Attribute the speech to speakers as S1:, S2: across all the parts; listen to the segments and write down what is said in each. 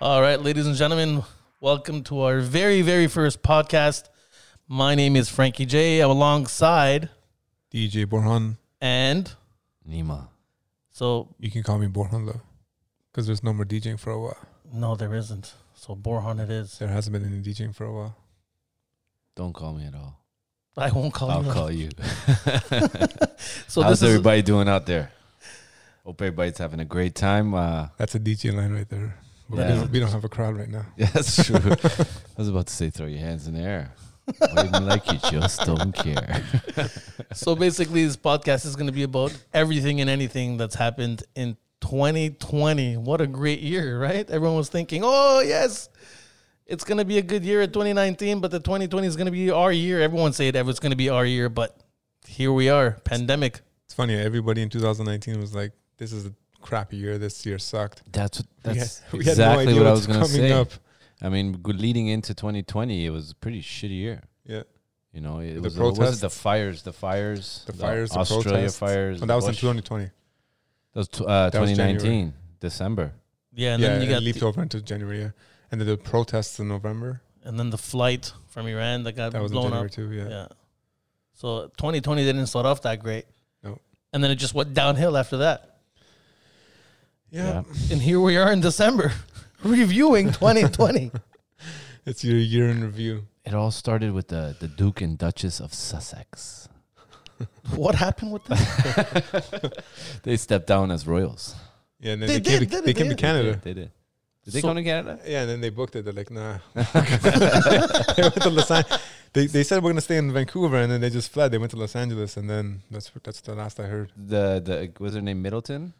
S1: right, ladies and gentlemen, welcome to our very, very first podcast. My name is Frankie J. I'm alongside
S2: DJ Borhan.
S1: and
S3: Nima.
S1: so
S2: You can call me Borhan though, because there's no more DJing for a while.
S1: no, there isn't. So Borhan, it is.
S2: There hasn't been any DJing for a while.
S3: Don't call me at all.
S1: I won't
S2: Oh,
S1: call
S3: I'll
S1: you.
S3: call you.
S1: So
S3: How's
S1: this is
S3: everybody doing out there? Hope everybody's having a great time. Uh,
S2: That's a DJ line right there. But we,
S3: Yeah.
S2: don't, we don't have a crowd right now.
S3: yeah, that's true. I was about to say, throw your hands in the air. Wave 'em like you just don't care.
S1: so basically this podcast is going to be about everything and anything that's happened in 2020 what a great year right everyone was thinking oh yes it's going to be a good year at 2019 but the 2020 is going to be our year everyone said it was going to be our year but here we are pandemic
S2: It's funny. Everybody in 2019 was like, "This is a crappy year. This year sucked."
S3: That's what,
S2: We had-
S3: that's
S2: we had no
S3: exactly
S2: idea
S3: what I
S2: what's
S3: was going to
S2: coming
S3: say.
S2: up.
S3: I mean, good leading into 2020, it was a pretty shitty year.
S2: Yeah,
S3: You know, it
S2: The
S3: was, uh, what was
S2: protests.
S3: it the fires, the fires,
S2: The fires, the
S3: Australia
S2: protests.
S3: fires.
S2: but
S3: the
S2: that was in
S3: Bush-
S2: 2020.
S3: that was tw- uh,
S2: that was January.
S3: 2019, December.
S1: yeah and
S2: yeah,
S1: then you
S2: it
S1: got
S2: leaped
S1: the,
S2: over into January, yeah. and then the protests in November.
S1: and then the flight from iran that got
S2: That was in
S1: blown up
S2: January too. Yeah.
S1: yeah so 2020 didn't start off that great
S2: No.
S1: and then it just went downhill after that
S2: yeah,
S1: and here we are in December reviewing 2020.
S2: it's your year in review.
S3: It all started with the, the Duke and Duchess of Sussex.
S1: what happened with that?
S3: They stepped down as royals.
S2: Yeah, and then
S1: They
S2: they,
S1: did,
S2: came,
S1: didn't
S2: to, they
S1: they?
S2: came to Canada.
S3: They did. Did they
S1: So-
S3: come to Canada?
S2: Yeah, and then they booked it. They're like, nah. they went to Los An- They they said we're gonna stay in Vancouver, and then they just fled. They went to Los Angeles, and then that's that's the last I heard.
S3: The the was her name Middleton?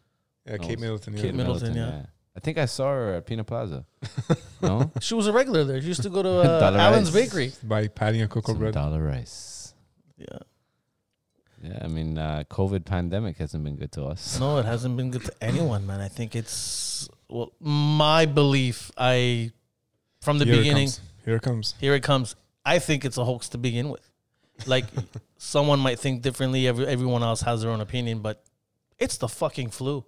S2: Yeah,
S3: No,
S2: Kate
S3: it's
S2: Middleton. Yeah.
S1: Kate Middleton, yeah.
S3: I think I saw her at Pina Plaza. no,
S1: She was a regular there. She used to go to uh,
S3: Dollar
S1: Allen's
S3: Rice.
S1: Bakery.
S2: By patty and cocoa
S3: Some
S2: bread.
S3: dollar rice.
S1: Yeah.
S3: Yeah, I mean, uh, COVID pandemic hasn't been good to us.
S1: No, it hasn't been good to anyone, man. I think it's well, my belief. I from the
S2: Here
S1: beginning,
S2: It comes. Here it comes.
S1: here it comes. I think it's a hoax to begin with. Like someone might think differently. Every, everyone else has their own opinion, but it's the fucking flu.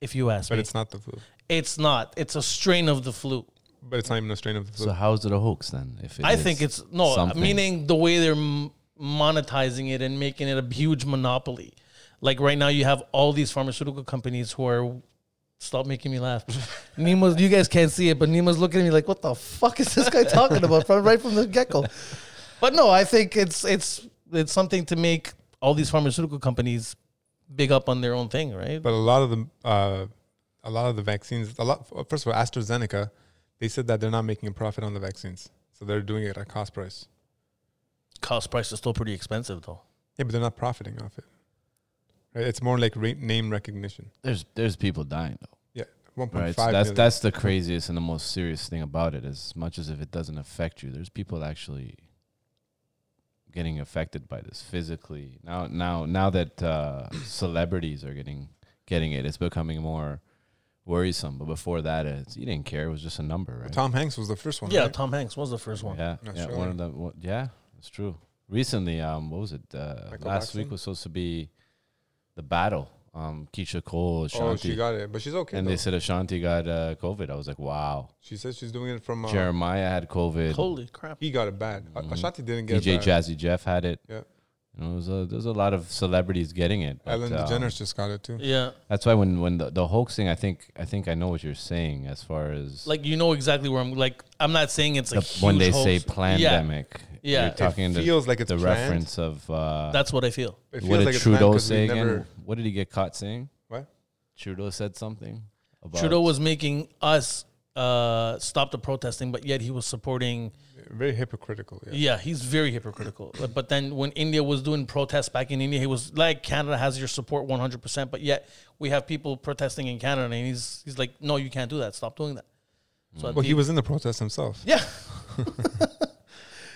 S1: If you ask
S2: But
S1: me,
S2: it's not the flu.
S1: it's not. It's a strain of the flu.
S2: But it's not even a strain of the flu.
S3: So how is it a hoax then? If it
S1: I
S3: is
S1: think it's no uh,
S3: something?
S1: meaning the way they're m- monetizing it and making it a huge monopoly. Like right now, you have all these pharmaceutical companies who are. Stop making me laugh. Nima's, you guys can't see it, but Nima's looking at me like, "What the fuck is this guy talking about?" From right from the get go. But no, I think it's it's it's something to make all these pharmaceutical companies big up on their own thing, right?
S2: But a lot of the uh, a lot of the vaccines. A lot. First of all, AstraZeneca, they said that they're not making a profit on the vaccines, so they're doing it at cost price.
S1: Cost price is still pretty expensive, though.
S2: Yeah, but they're not profiting off it. Right? It's more like re- name recognition.
S3: there's there's people dying though.
S2: Yeah, one
S3: Right,
S2: point
S3: so
S2: five.
S3: that's that's the craziest and the most serious thing about it. As much as if it doesn't affect you, there's people actually getting affected by this physically. Now, now, now that uh, celebrities are getting getting it, it's becoming more worrisome. But before that, it's you didn't care. It was just a number, right?
S2: Tom Hanks was the first one.
S1: Yeah,
S2: right?
S1: Tom Hanks was the first one.
S3: Yeah,
S2: Not
S3: yeah,
S2: sure.
S3: one of the one, yeah, it's true. Recently, um, what was it? Uh,
S2: Michael
S3: last
S2: Jackson?
S3: week was supposed to be the battle. Um, Keisha Cole, Ashanti,
S2: Oh, she got it, but she's okay.
S3: and
S2: though.
S3: they said Ashanti got uh, COVID. I was like, wow.
S2: she says she's doing it from. Uh,
S3: Jeremiah had COVID.
S1: Holy crap!
S2: He got it bad. A-
S3: Mhm.
S2: Ashanti didn't get
S3: DJ
S2: it bad.
S3: Jazzy Jeff had it.
S2: Yeah.
S3: You know, it was a, there's a lot of celebrities getting it. but,
S2: Ellen
S3: um,
S2: DeGeneres just got it too.
S1: Yeah.
S3: That's why when when the, the hoax thing, I think I think I know what you're saying as far as
S1: like you know exactly where I'm. Like I'm not saying it's a
S3: the,
S1: huge
S3: when they
S1: hoax.
S3: say pandemic.
S1: Yeah.
S3: You're talking
S2: it
S3: the,
S2: feels like it's
S3: the
S2: planned.
S3: reference of uh,
S1: that's what I feel.
S2: It feels
S3: what did
S2: like it's planned
S3: Trudeau
S2: 'cause we
S3: say again?
S2: never-
S3: What did he get caught saying?
S2: What?
S3: Trudeau said something about
S1: Trudeau was making us uh, stop the protesting, but yet he was supporting.
S2: Very hypocritical. Yeah.
S1: Yeah, he's very hypocritical. But- But then when India was doing protests back in India, he was like, "Canada has your support 100 percent," but yet we have people protesting in Canada, and he's he's like, "No, you can't do that. Stop doing that." So
S2: Well, he was in the protest himself.
S1: Yeah.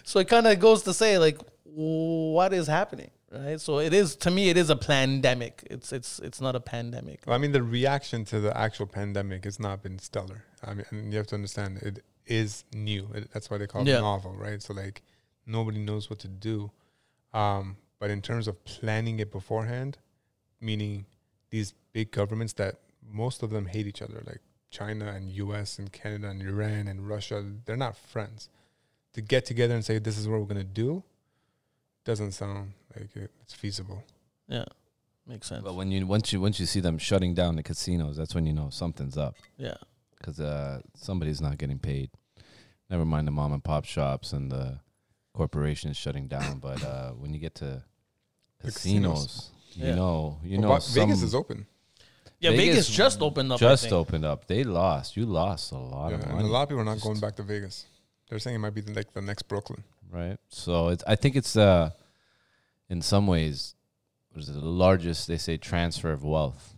S1: so it kind of goes to say like what is happening, right? So it is to me it is a pandemic. It's it's it's not a pandemic.
S2: Well, I mean, the reaction to the actual pandemic has not been stellar. I mean, and you have to understand it is new. It, that's why they call
S1: Yeah.
S2: it novel, right? So like nobody knows what to do. Um, but in terms of planning it beforehand, meaning these big governments that most of them hate each other, like China and U.S. and Canada and Iran and Russia, they're not friends. To get together and say this is what we're gonna do, doesn't sound like it- it's feasible.
S1: Yeah, makes sense.
S3: But when you once you once you see them shutting down the casinos, that's when you know something's up
S1: yeah,
S3: because uh, somebody's not getting paid. Never mind the mom and pop shops and the corporations shutting down, but uh, when you get to
S2: The
S3: casinos,
S2: casinos.
S1: Yeah.
S3: you know, you
S2: But
S3: know,
S2: Wa- Vegas
S3: some-
S2: is open,
S1: yeah. Vegas, just opened up. I
S3: Just
S1: think.
S3: opened up. They lost. You lost a lot
S2: yeah,
S3: of
S2: and
S3: money,
S2: a lot of people are not
S3: Just-
S2: going back to Vegas. They're saying it might be the, like the next Brooklyn.
S3: right? So it's. I think it's uh, in some ways, what is it, the largest they say transfer of wealth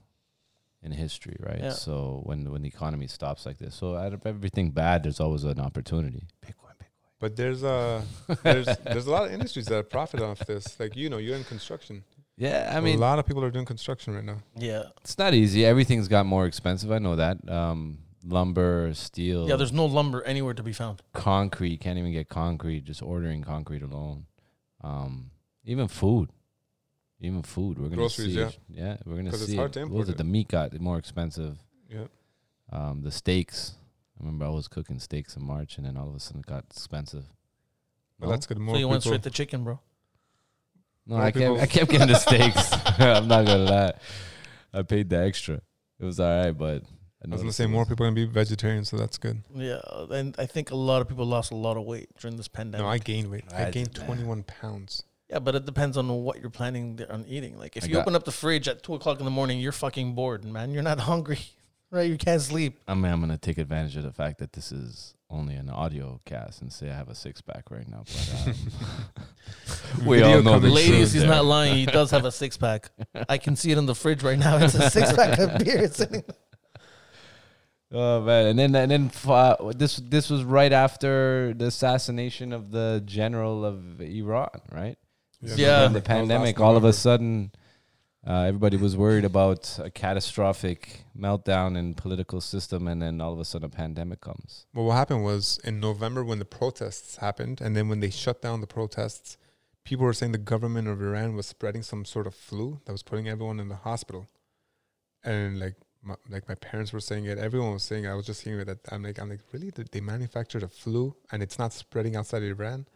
S3: in history, right?
S1: Yeah.
S3: So when when the economy stops like this, so out of everything bad, there's always an opportunity. Bitcoin,
S2: But there's a Uh, there's there's a lot of industries that profit off this. Like you know, you're in construction.
S3: Yeah, I
S2: a
S3: mean,
S2: lot of people are doing construction right now.
S1: Yeah,
S3: it's not easy. Everything's got more expensive. I know that. Um, lumber, steel,
S1: yeah. There's no lumber anywhere to be found.
S3: concrete. Can't even get concrete. Just ordering concrete alone. Um, even food, even food. We're gonna
S2: Groceries,
S3: see.
S2: yeah.
S3: yeah, we're gonna
S2: 'Cause
S3: see.
S2: it's hard
S3: it.
S2: to
S3: What
S2: import
S3: was it?
S2: it.
S3: The meat got more expensive.
S2: Yeah,
S3: Um, the steaks. I remember I was cooking steaks in March, and then all of a sudden it got expensive.
S2: but
S3: No?
S2: that's good. More
S1: so you went
S2: people-
S1: straight to chicken, bro.
S3: No,
S2: More
S3: I kept,
S2: people-
S3: I kept getting the steaks. I'm not gonna lie. I paid the extra. It was all right, but
S2: I was gonna say more people are gonna be vegetarian, so that's good.
S1: Yeah, and I think a lot of people lost a lot of weight during this pandemic.
S2: No, I gained weight. I
S3: Right,
S2: gained
S3: man.
S2: 21 pounds.
S1: yeah, but it depends on what you're planning there on eating. Like if
S3: I
S1: you
S3: got-
S1: open up the fridge at two o'clock in the morning, you're fucking bored, man. You're not hungry, right? You can't sleep.
S3: I mean, I'm gonna take advantage of the fact that this is only an audio cast and say I have a six pack right now. But um, we
S2: Video
S3: all know the
S2: coming soon.
S1: Ladies,
S3: truth
S1: he's
S3: there.
S1: not lying. He does have a six pack. I can see it in the fridge right now. It's a six pack of beer sitting.
S3: Oh man! And then and then uh, this this was right after the assassination of the general of Iran, right?
S1: Yeah.
S3: During the
S2: November- that was last
S3: pandemic, all of a
S2: November.
S3: sudden, uh, everybody was worried about a catastrophic meltdown in political system, and then all of a sudden, a pandemic comes.
S2: Well, what happened was in November when the protests happened, and then when they shut down the protests, people were saying the government of Iran was spreading some sort of flu that was putting everyone in the hospital, and like my, like my parents were saying it, everyone was saying it. I was just hearing it. That I'm like I'm like really They- they manufactured a flu and it's not spreading outside Iran,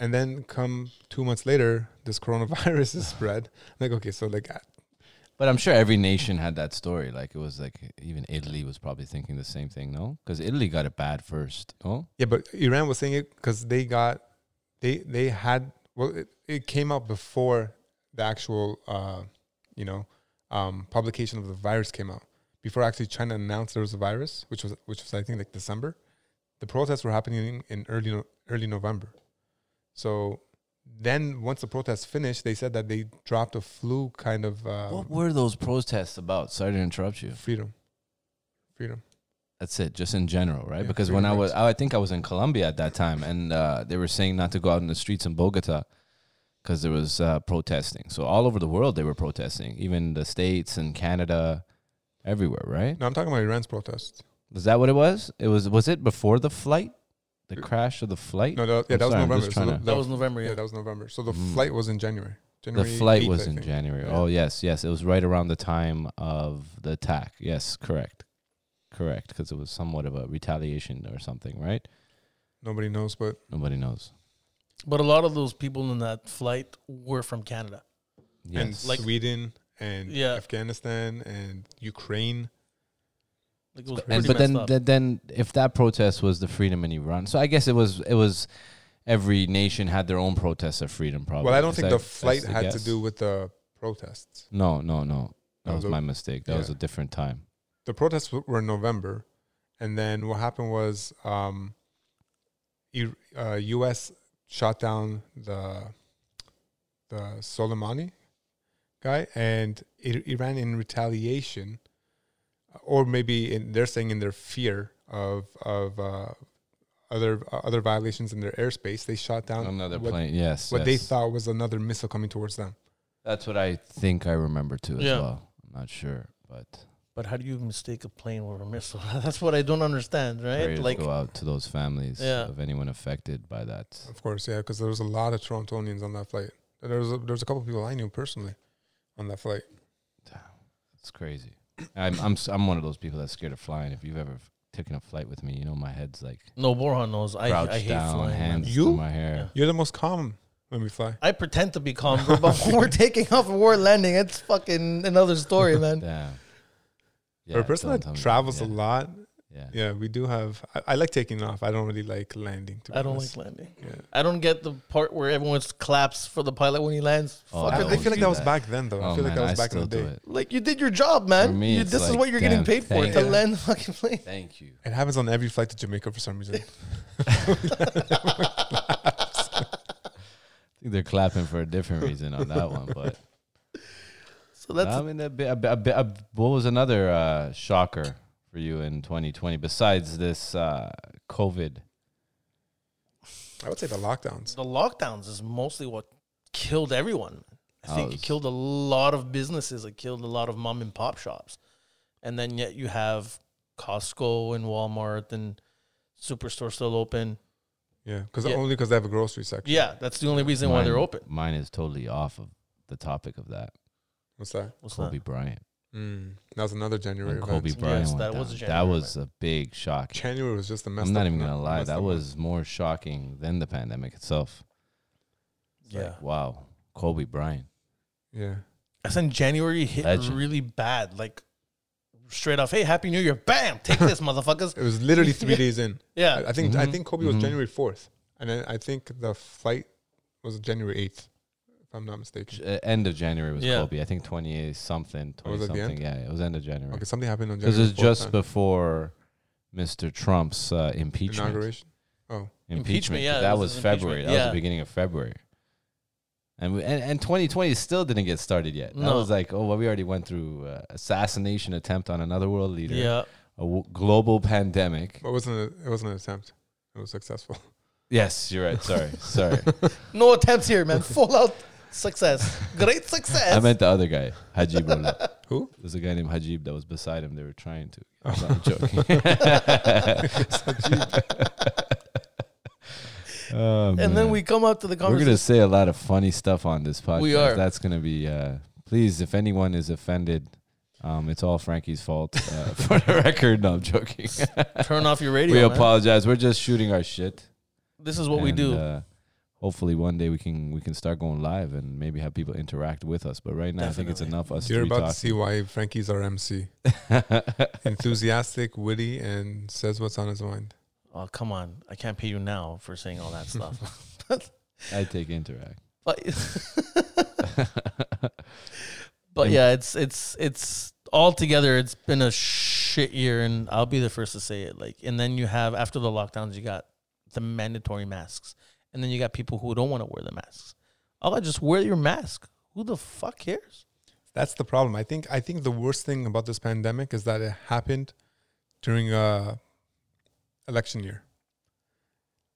S2: and then come two months later, this coronavirus is spread. like okay, so like I-
S3: But I'm sure every nation had that story. Like it was like even Italy was probably thinking the same thing, no? Because Italy got it bad first, no?
S2: Yeah, but Iran was saying it because they got they they had well it, it came out before the actual uh, you know um, publication of the virus came out before actually China announced there was a virus, which was which was I think like December. The protests were happening in early no, early November, so then once the protests finished, they said that they dropped a flu kind of
S3: what
S2: um,
S3: were those protests about? Sorry to interrupt you.
S2: freedom, freedom.
S3: That's it, just in general, right?
S2: Yeah,
S3: because
S2: freedom
S3: when I was,
S2: rights.
S3: I think I was in Colombia at that time, and uh, they were saying not to go out in the streets in Bogota because there was uh, protesting. So all over the world they were protesting, even the states and Canada, everywhere, right?
S2: No, I'm talking about Iran's protests.
S3: Was that what it was? It was. Was it before the flight, the
S2: Uh,
S3: crash of the flight?
S2: No, that, yeah,
S3: I'm
S2: that was
S3: sorry, I'm
S2: November.
S3: just
S2: So
S3: trying
S2: the,
S3: to-
S1: That
S2: the-
S1: was November.
S2: yeah,
S1: Yeah,
S2: that was November. So the
S3: Mm.
S2: flight was in January.
S3: The
S2: January
S3: flight
S2: 8th,
S3: was
S2: I
S3: in
S2: think.
S3: January.
S2: Yeah.
S3: Oh yes, yes, it was right around the time of the attack. Yes, correct, correct, because it was somewhat of a retaliation or something, right?
S2: Nobody knows, but
S3: Nobody knows.
S1: but a lot of those people in that flight were from Canada.
S3: Yes,
S2: and
S1: Like-
S2: Sweden and
S1: Yeah.
S2: Afghanistan and Ukraine.
S1: Like it was
S3: and
S1: pretty
S3: but then,
S1: messed up.
S3: then then if that protest was the freedom in Iran, so I guess it was it was every nation had their own protest of freedom. Probably.
S2: Well, I don't
S3: Is
S2: think
S3: that-
S2: the
S3: that's
S2: flight
S3: the
S2: had to
S3: guess?
S2: do with the protests.
S3: No, no, no. That
S2: No,
S3: was
S2: the-
S3: my mistake. That was a
S2: yeah.
S3: different time.
S2: The protests w- were in November, and then what happened was, um, I- uh, U.S. shot down the the Soleimani guy, and I- Iran in retaliation, uh, or maybe in, they're saying in their fear of of uh, other uh, other violations in their airspace, they shot down
S3: Another
S2: Um, what,
S3: plane. Yes.
S2: what they
S3: yes.
S2: thought was another missile coming towards them.
S3: That's what I think I remember too as
S1: Yeah.
S3: well. I'm not sure, but
S1: But how do you mistake a plane with a missile? That's what I don't understand, right?
S3: prayers
S1: Like,
S3: go out to those families
S1: Yeah.
S3: of anyone affected by that.
S2: Of course, yeah, because there was a lot of Torontonians on that flight. There was a, there was a couple of people I knew personally on that flight.
S3: It's crazy. I'm I'm s- I'm one of those people that's scared of flying. If you've ever f- taken a flight with me, you know my head's like
S1: No, Borja knows. I,
S3: crouched
S1: I hate
S3: down,
S1: flying. man.
S3: hands
S2: You?
S3: to my hair.
S2: You're the most calm when we fly.
S1: I pretend to be calm, bro, but when we're taking off and we're landing, it's fucking another story, man.
S3: Damn.
S2: For a person
S3: don't
S2: that
S3: tell me-
S2: travels
S3: yeah,
S2: a lot,
S3: Yeah.
S2: yeah, we do have. I, I like taking off. I don't really like landing. To be
S1: I don't
S2: honest.
S1: like landing.
S2: Yeah.
S1: I don't get the part where everyone claps for the pilot when he lands. Fuck
S2: I,
S3: Oh, I
S1: it.
S2: I
S3: always
S2: feel like
S3: do
S2: that was
S3: that.
S2: back then, though. I
S3: Oh
S2: feel
S3: man,
S2: like that was
S3: I
S2: back in
S3: still
S2: the day.
S3: do it.
S1: Like you did your job, man.
S3: me,
S1: You-
S3: it's
S1: this is
S3: like,
S1: what you're getting
S3: damn,
S1: paid for
S3: thank
S1: to
S2: you.
S1: land the fucking plane.
S3: Thank you.
S2: It happens on every flight to Jamaica for some reason.
S3: I think they're clapping for a different reason on that one, but
S1: So that's
S3: I mean, a bit, a bit, a bit, a, what was another uh, shocker for you in 2020 besides this uh, COVID?
S2: I would say the lockdowns.
S1: the lockdowns is mostly what killed everyone. I think
S3: Ours.
S1: it killed a lot of businesses. It killed a lot of mom and pop shops, and then yet you have Costco and Walmart and Superstore still open.
S2: Yeah, because
S1: Yeah.
S2: only because they have a grocery section.
S1: Yeah, that's the only reason why they're
S3: Mine-
S1: open.
S3: Mine is totally off of the topic of that.
S2: What's that?
S1: What's that?
S3: Kobe Bryant.
S2: Mm. That was another January
S3: When
S2: event.
S3: Kobe Bryant
S1: Yes,
S3: went
S1: that
S3: down.
S1: was a
S3: that
S1: January
S3: was a big shock.
S2: January was just a mess.
S3: I'm not even gonna lie. That was more shocking than the pandemic itself. It's
S1: Yeah,
S3: Like, wow, Kobe Bryant.
S2: yeah.
S1: I think January hit
S3: Legend.
S1: really bad. Like straight off, hey, happy New Year! Bam, take this, motherfuckers.
S2: It was literally three days in.
S1: Yeah,
S2: I, I think I
S3: Mhm.
S2: think Kobe was
S3: Mhm.
S2: January fourth, and then I think the flight was January eighth, if I'm not mistaken.
S3: J- uh, End of January was
S1: Yeah.
S3: Kobe. I think 28 something, 20
S2: Oh, was at the
S3: something. Yeah, it was end of January.
S2: Okay, something happened on
S3: Because
S2: January.
S3: it's just
S2: 4th, man.
S3: before Mr. Trump's uh, impeachment.
S2: inauguration. Oh,
S1: Impeachment,
S3: Impeachment.
S1: yeah,
S3: that
S1: this
S3: was
S1: is
S3: February.
S1: impeachment,
S3: That was
S1: yeah.
S3: the beginning of February. And, we, and and 2020 still didn't get started yet. That
S1: No.
S3: was like, oh, well, we already went through uh, assassination attempt on another world leader,
S1: yeah.
S3: a w- global pandemic.
S2: but it wasn't a, it wasn't an attempt. It was successful.
S3: Yes, you're right. Sorry, sorry.
S1: No attempts here, man. Full out success. Great success.
S3: I meant the other guy, Hajib. Ullah.
S2: Who?
S3: There's a guy named Hajib that was beside him. They were trying to.
S1: Oh.
S3: I'm joking. Oh,
S1: and then
S3: man.
S1: we come up to the
S3: We're
S1: conversation.
S3: gonna say a lot of funny stuff on this podcast.
S1: We are.
S3: That's gonna be. Uh, please, if anyone is offended, um, it's all Frankie's fault. Uh, for the record, no, I'm joking.
S1: Turn off your radio.
S3: we
S1: man.
S3: apologize. We're just shooting our shit.
S1: This is what we
S3: And,
S1: do.
S3: Uh, hopefully, one day we can we can start going live and maybe have people interact with us. But right now, I think it's
S1: Definitely.
S3: enough us
S2: You're
S3: three
S2: about
S3: talking.
S2: to see why Frankie's our MC. Enthusiastic, witty, and says what's on his mind.
S1: oh come on! I can't pay you now for saying all that stuff.
S3: I take interact.
S1: but but yeah, it's it's it's altogether. It's been a shit year, and I'll be the first to say it. Like, and then you have after the lockdowns, you got the mandatory masks, and then you got people who don't want to wear the masks. Oh, just wear your mask. Who the fuck cares?
S2: That's the problem. I think I think the worst thing about this pandemic is that it happened during a election year.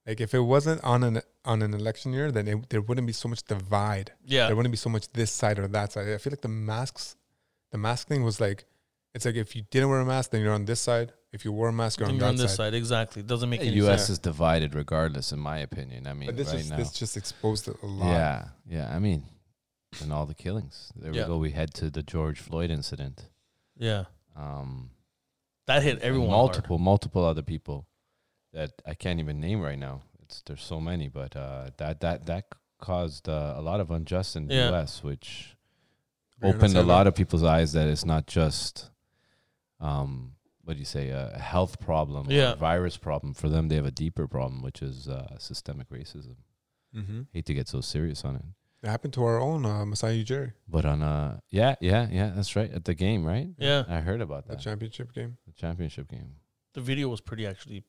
S2: Like if it wasn't on an on an election year, then it, there wouldn't be so much divide.
S1: Yeah,
S2: There wouldn't be so much this side or that side. I feel like the masks, the mask thing was like, it's like if you didn't wear a mask, then you're on this side. If you wore a mask, you're on
S1: you're
S2: that
S1: on this
S2: side.
S1: side exactly. Doesn't make
S3: The
S1: any
S3: U.S.
S1: sense.
S3: is divided, regardless. In my opinion, I mean,
S2: But this
S3: right
S2: just
S3: now,
S2: this just exposed it a lot.
S3: Yeah, yeah. I mean, and all the killings. There
S1: Yeah.
S3: we go. We head to the George Floyd incident.
S1: Yeah,
S3: Um,
S1: that hit
S3: and
S1: everyone. hard.
S3: multiple, multiple other people that I can't even name right now. It's there's so many, but uh, that that that c- caused uh, a lot of unjust in the
S1: Yeah.
S3: U.S., which
S2: We're gonna
S3: opened
S2: say
S3: a
S2: that.
S3: lot of people's eyes that it's not just, um, what do you say, a health problem, or
S1: Yeah.
S3: a virus problem. For them, they have a deeper problem, which is uh, systemic racism.
S2: Mm-hmm.
S3: Hate to get so serious on it.
S2: It happened to our own uh, Masai Ujiri,
S3: But on uh yeah, yeah, yeah, that's right. At the game, right?
S1: Yeah,
S3: I heard about
S2: the
S3: that.
S2: championship game.
S3: the championship game.
S1: the video was pretty actually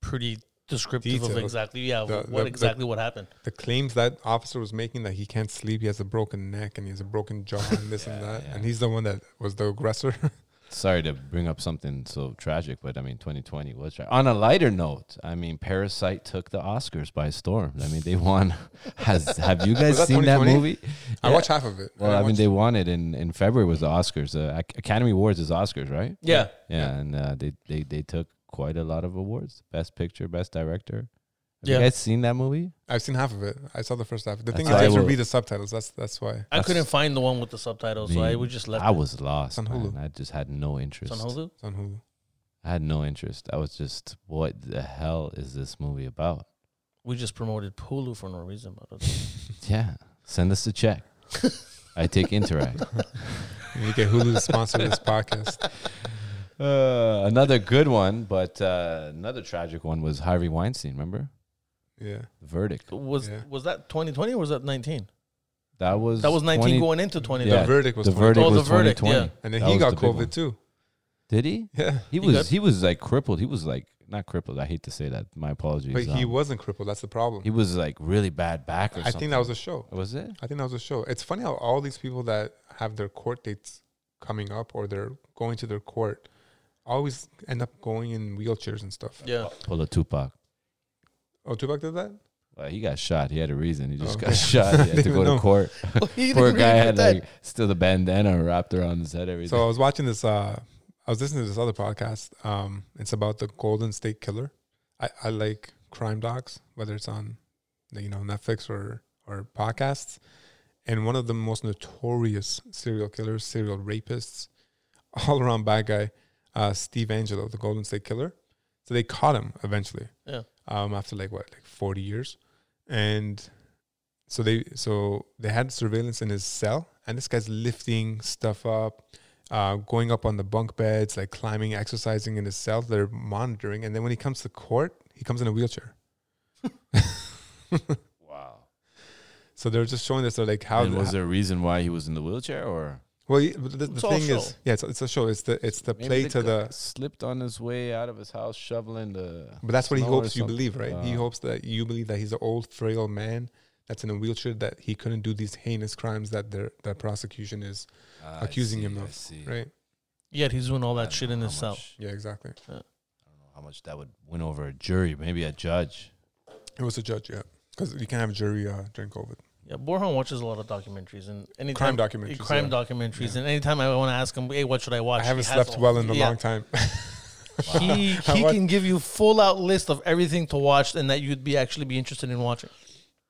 S1: pretty descriptive of
S2: Detailed.
S1: exactly yeah
S2: The-
S1: what
S2: the-
S1: exactly what happened.
S2: The claims that officer was making that he can't sleep, he has a broken neck and he has a broken jaw and this and
S3: Yeah,
S2: that,
S3: yeah.
S2: and he's the one that was the aggressor.
S3: Sorry to bring up something so tragic, but I mean 2020 was tra- on a lighter note, I mean Parasite took the Oscars by storm. I mean they won has have you guys
S2: that
S3: seen that
S2: 2020?
S3: movie?
S2: I
S3: Yeah.
S2: watched half of it.
S3: Well, I mean they won it in in February was the Oscars. The Ac- Academy Awards is Oscars, right?
S1: Yeah.
S3: Yeah,
S2: Yeah.
S3: and uh, they they they took quite a lot of awards. Best picture, best director. Have
S1: Yeah.
S3: you guys seen that movie?
S2: I've seen half of it. I saw the first half. The thing is,
S3: That's
S2: I have
S3: why I
S2: to
S3: will-
S2: read the subtitles. That's that's why.
S1: I
S3: That's-
S1: couldn't find the one with the subtitles, so I would just left.
S3: I was lost.
S2: on Hulu.
S3: man. I just had no
S1: it.
S3: interest.
S1: It's on Hulu.
S2: It's on Hulu.
S3: I had no interest. I was just, what the hell is this movie about?
S1: We just promoted Hulu for no reason, but that's-
S3: Yeah, send us a check. I take Interact.
S2: And you get Hulu to sponsor this podcast.
S3: Uh, another good one, but uh, another tragic one was Harvey Weinstein. Remember
S2: Yeah.
S3: the verdict?
S1: was
S2: Yeah.
S1: was that 2020 or was that 19?
S3: That was
S1: That was 19
S3: 20
S1: going into 20.
S3: Yeah.
S2: The verdict was
S3: The
S2: 20.
S3: verdict
S1: Oh,
S3: was
S1: the verdict,
S3: 2020.
S2: and then
S3: That
S2: he
S3: was
S2: got
S3: the big one.
S2: COVID too.
S3: Did he?
S2: Yeah.
S3: He
S1: He
S3: was
S1: got-
S3: he was like crippled. He was like not crippled. I hate to say that. My apologies.
S2: But he
S3: Um,
S2: wasn't crippled. That's the problem.
S3: he was like really bad back or
S2: I
S3: something.
S2: think that was a show.
S3: was it?
S2: I think that was a show. It's funny how all these people that have their court dates coming up or they're going to their court always end up going in wheelchairs and stuff.
S1: Yeah.
S3: Pull a Tupac.
S2: Oh, Tupac did that?
S3: Well, he got shot. He had a reason. He just
S2: Oh.
S3: got shot. He had to
S2: Didn't
S3: go
S2: know.
S3: to court.
S1: He
S3: Poor
S1: didn't
S3: guy
S1: really
S3: had
S1: get
S3: like still the bandana wrapped around his head. Everything.
S2: So I was watching this. Uh, I was listening to this other podcast. Um, it's about the Golden State Killer. I, I like crime docs, whether it's on, you know, Netflix or or podcasts. And one of the most notorious serial killers, serial rapists, all around bad guy, uh, Steve Angelo, the Golden State Killer. So they caught him eventually.
S1: Yeah.
S2: Um, after like what, like forty years, and so they so they had surveillance in his cell, and this guy's lifting stuff up uh, going up on the bunk beds, like climbing, exercising in his cell. They're monitoring, and then when he comes to court, he comes in a wheelchair.
S3: wow.
S2: So they're just showing this. They're like, how?
S3: And was there a reason why he was in the wheelchair or
S2: well, he- but the, the
S1: It's all
S2: thing
S1: show.
S2: is, yeah, it's, it's a show. It's the it's the
S3: Maybe
S2: play
S3: the
S2: to
S3: guy
S2: the.
S3: slipped on his way out of his house shoveling the
S2: But that's what he
S3: snow or
S2: hopes you
S3: something.
S2: believe, right? he
S3: Uh,
S2: hopes that you believe that he's an old, frail man that's in a wheelchair that he couldn't do these heinous crimes that their that prosecution is
S3: Ah, I
S2: accusing
S3: see,
S2: him
S3: I
S2: of,
S3: see.
S2: right.
S1: Yet he's doing all
S3: I
S1: that
S3: don't
S1: shit
S3: know
S1: in
S3: how
S1: his cell.
S3: much-
S2: Yeah, exactly.
S3: I don't know how much that would win over a jury, maybe a judge.
S2: It was a judge, yeah, because you can't have jury uh, during COVID.
S1: Yeah, Borhan watches a lot of documentaries and anytime
S2: Crime documentaries.
S1: crime
S2: yeah.
S1: documentaries,
S2: Yeah.
S1: and anytime I want to ask him, hey, what should I watch?
S2: I haven't
S1: he has
S2: slept
S1: a-
S2: well in a
S1: yeah.
S2: long time.
S1: He
S2: I
S1: he
S2: watch-
S1: can give you full out list of everything to watch and that you'd be actually be interested in watching.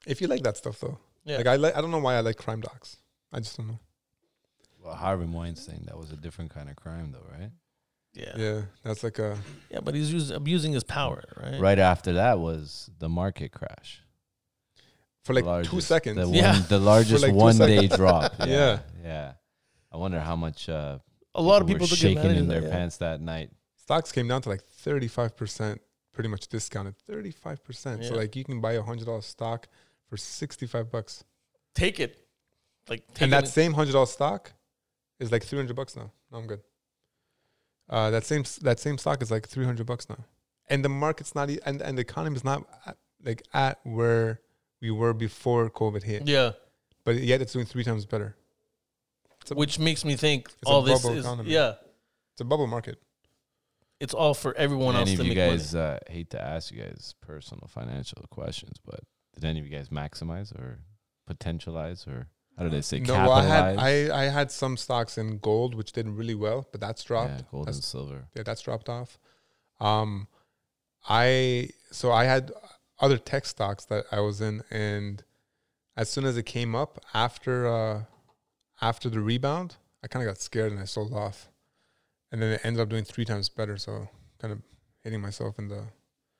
S2: If you like that stuff though,
S1: Yeah.
S2: like I like, I don't know why I like crime docs. I just don't know.
S3: Well, Harvey Weinstein, that was a different kind of crime, though, right?
S1: Yeah.
S2: Yeah,
S1: yeah,
S2: that's like a
S1: but he's using abusing his power, right?
S3: Right after that was the market crash.
S2: for like
S3: Largest-
S2: two seconds.
S3: The,
S1: Yeah.
S3: one, the largest
S2: like two
S3: one day drop. Yeah.
S2: Yeah.
S3: yeah. I wonder how much uh,
S1: A lot of people
S3: were
S1: took
S3: shaking
S1: advantage
S3: in
S1: of
S3: their
S1: that, yeah.
S3: pants that night.
S2: Stocks came down to like thirty five percent, pretty much discounted thirty five percent. So
S1: Yeah.
S2: like you can buy a hundred dollar stock for sixty five bucks,
S1: Take it, like take
S2: and
S1: it
S2: that
S1: in-
S2: same hundred dollar stock is like three hundred bucks now. No, I'm good. Uh, that same s- that same stock is like three hundred bucks now, and the market's not e- and and the economy is not at, like at where we were before COVID hit,
S1: Yeah,
S2: but yet it's doing three times better. It's a-
S1: which makes me think
S2: a
S1: all this
S2: bubble
S1: is
S2: economy.
S1: yeah,
S2: It's a bubble market.
S1: it's all for everyone
S3: any
S1: else to
S3: of you
S1: make
S3: guys uh, hate to ask you guys personal financial questions, but did any of you guys maximize or potentialize or how did I say
S2: I
S3: capitalize?
S2: had I, I had some stocks in gold which did really well, but that's dropped.
S3: Yeah,
S2: Yeah,
S3: gold and
S2: That's,
S3: silver.
S2: yeah, that's dropped off. Um, I so I had other tech stocks that I was in, and as soon as it came up after uh, after the rebound, I kind of got scared and I sold off, and then it ended up doing three times better. So kind of hitting myself in the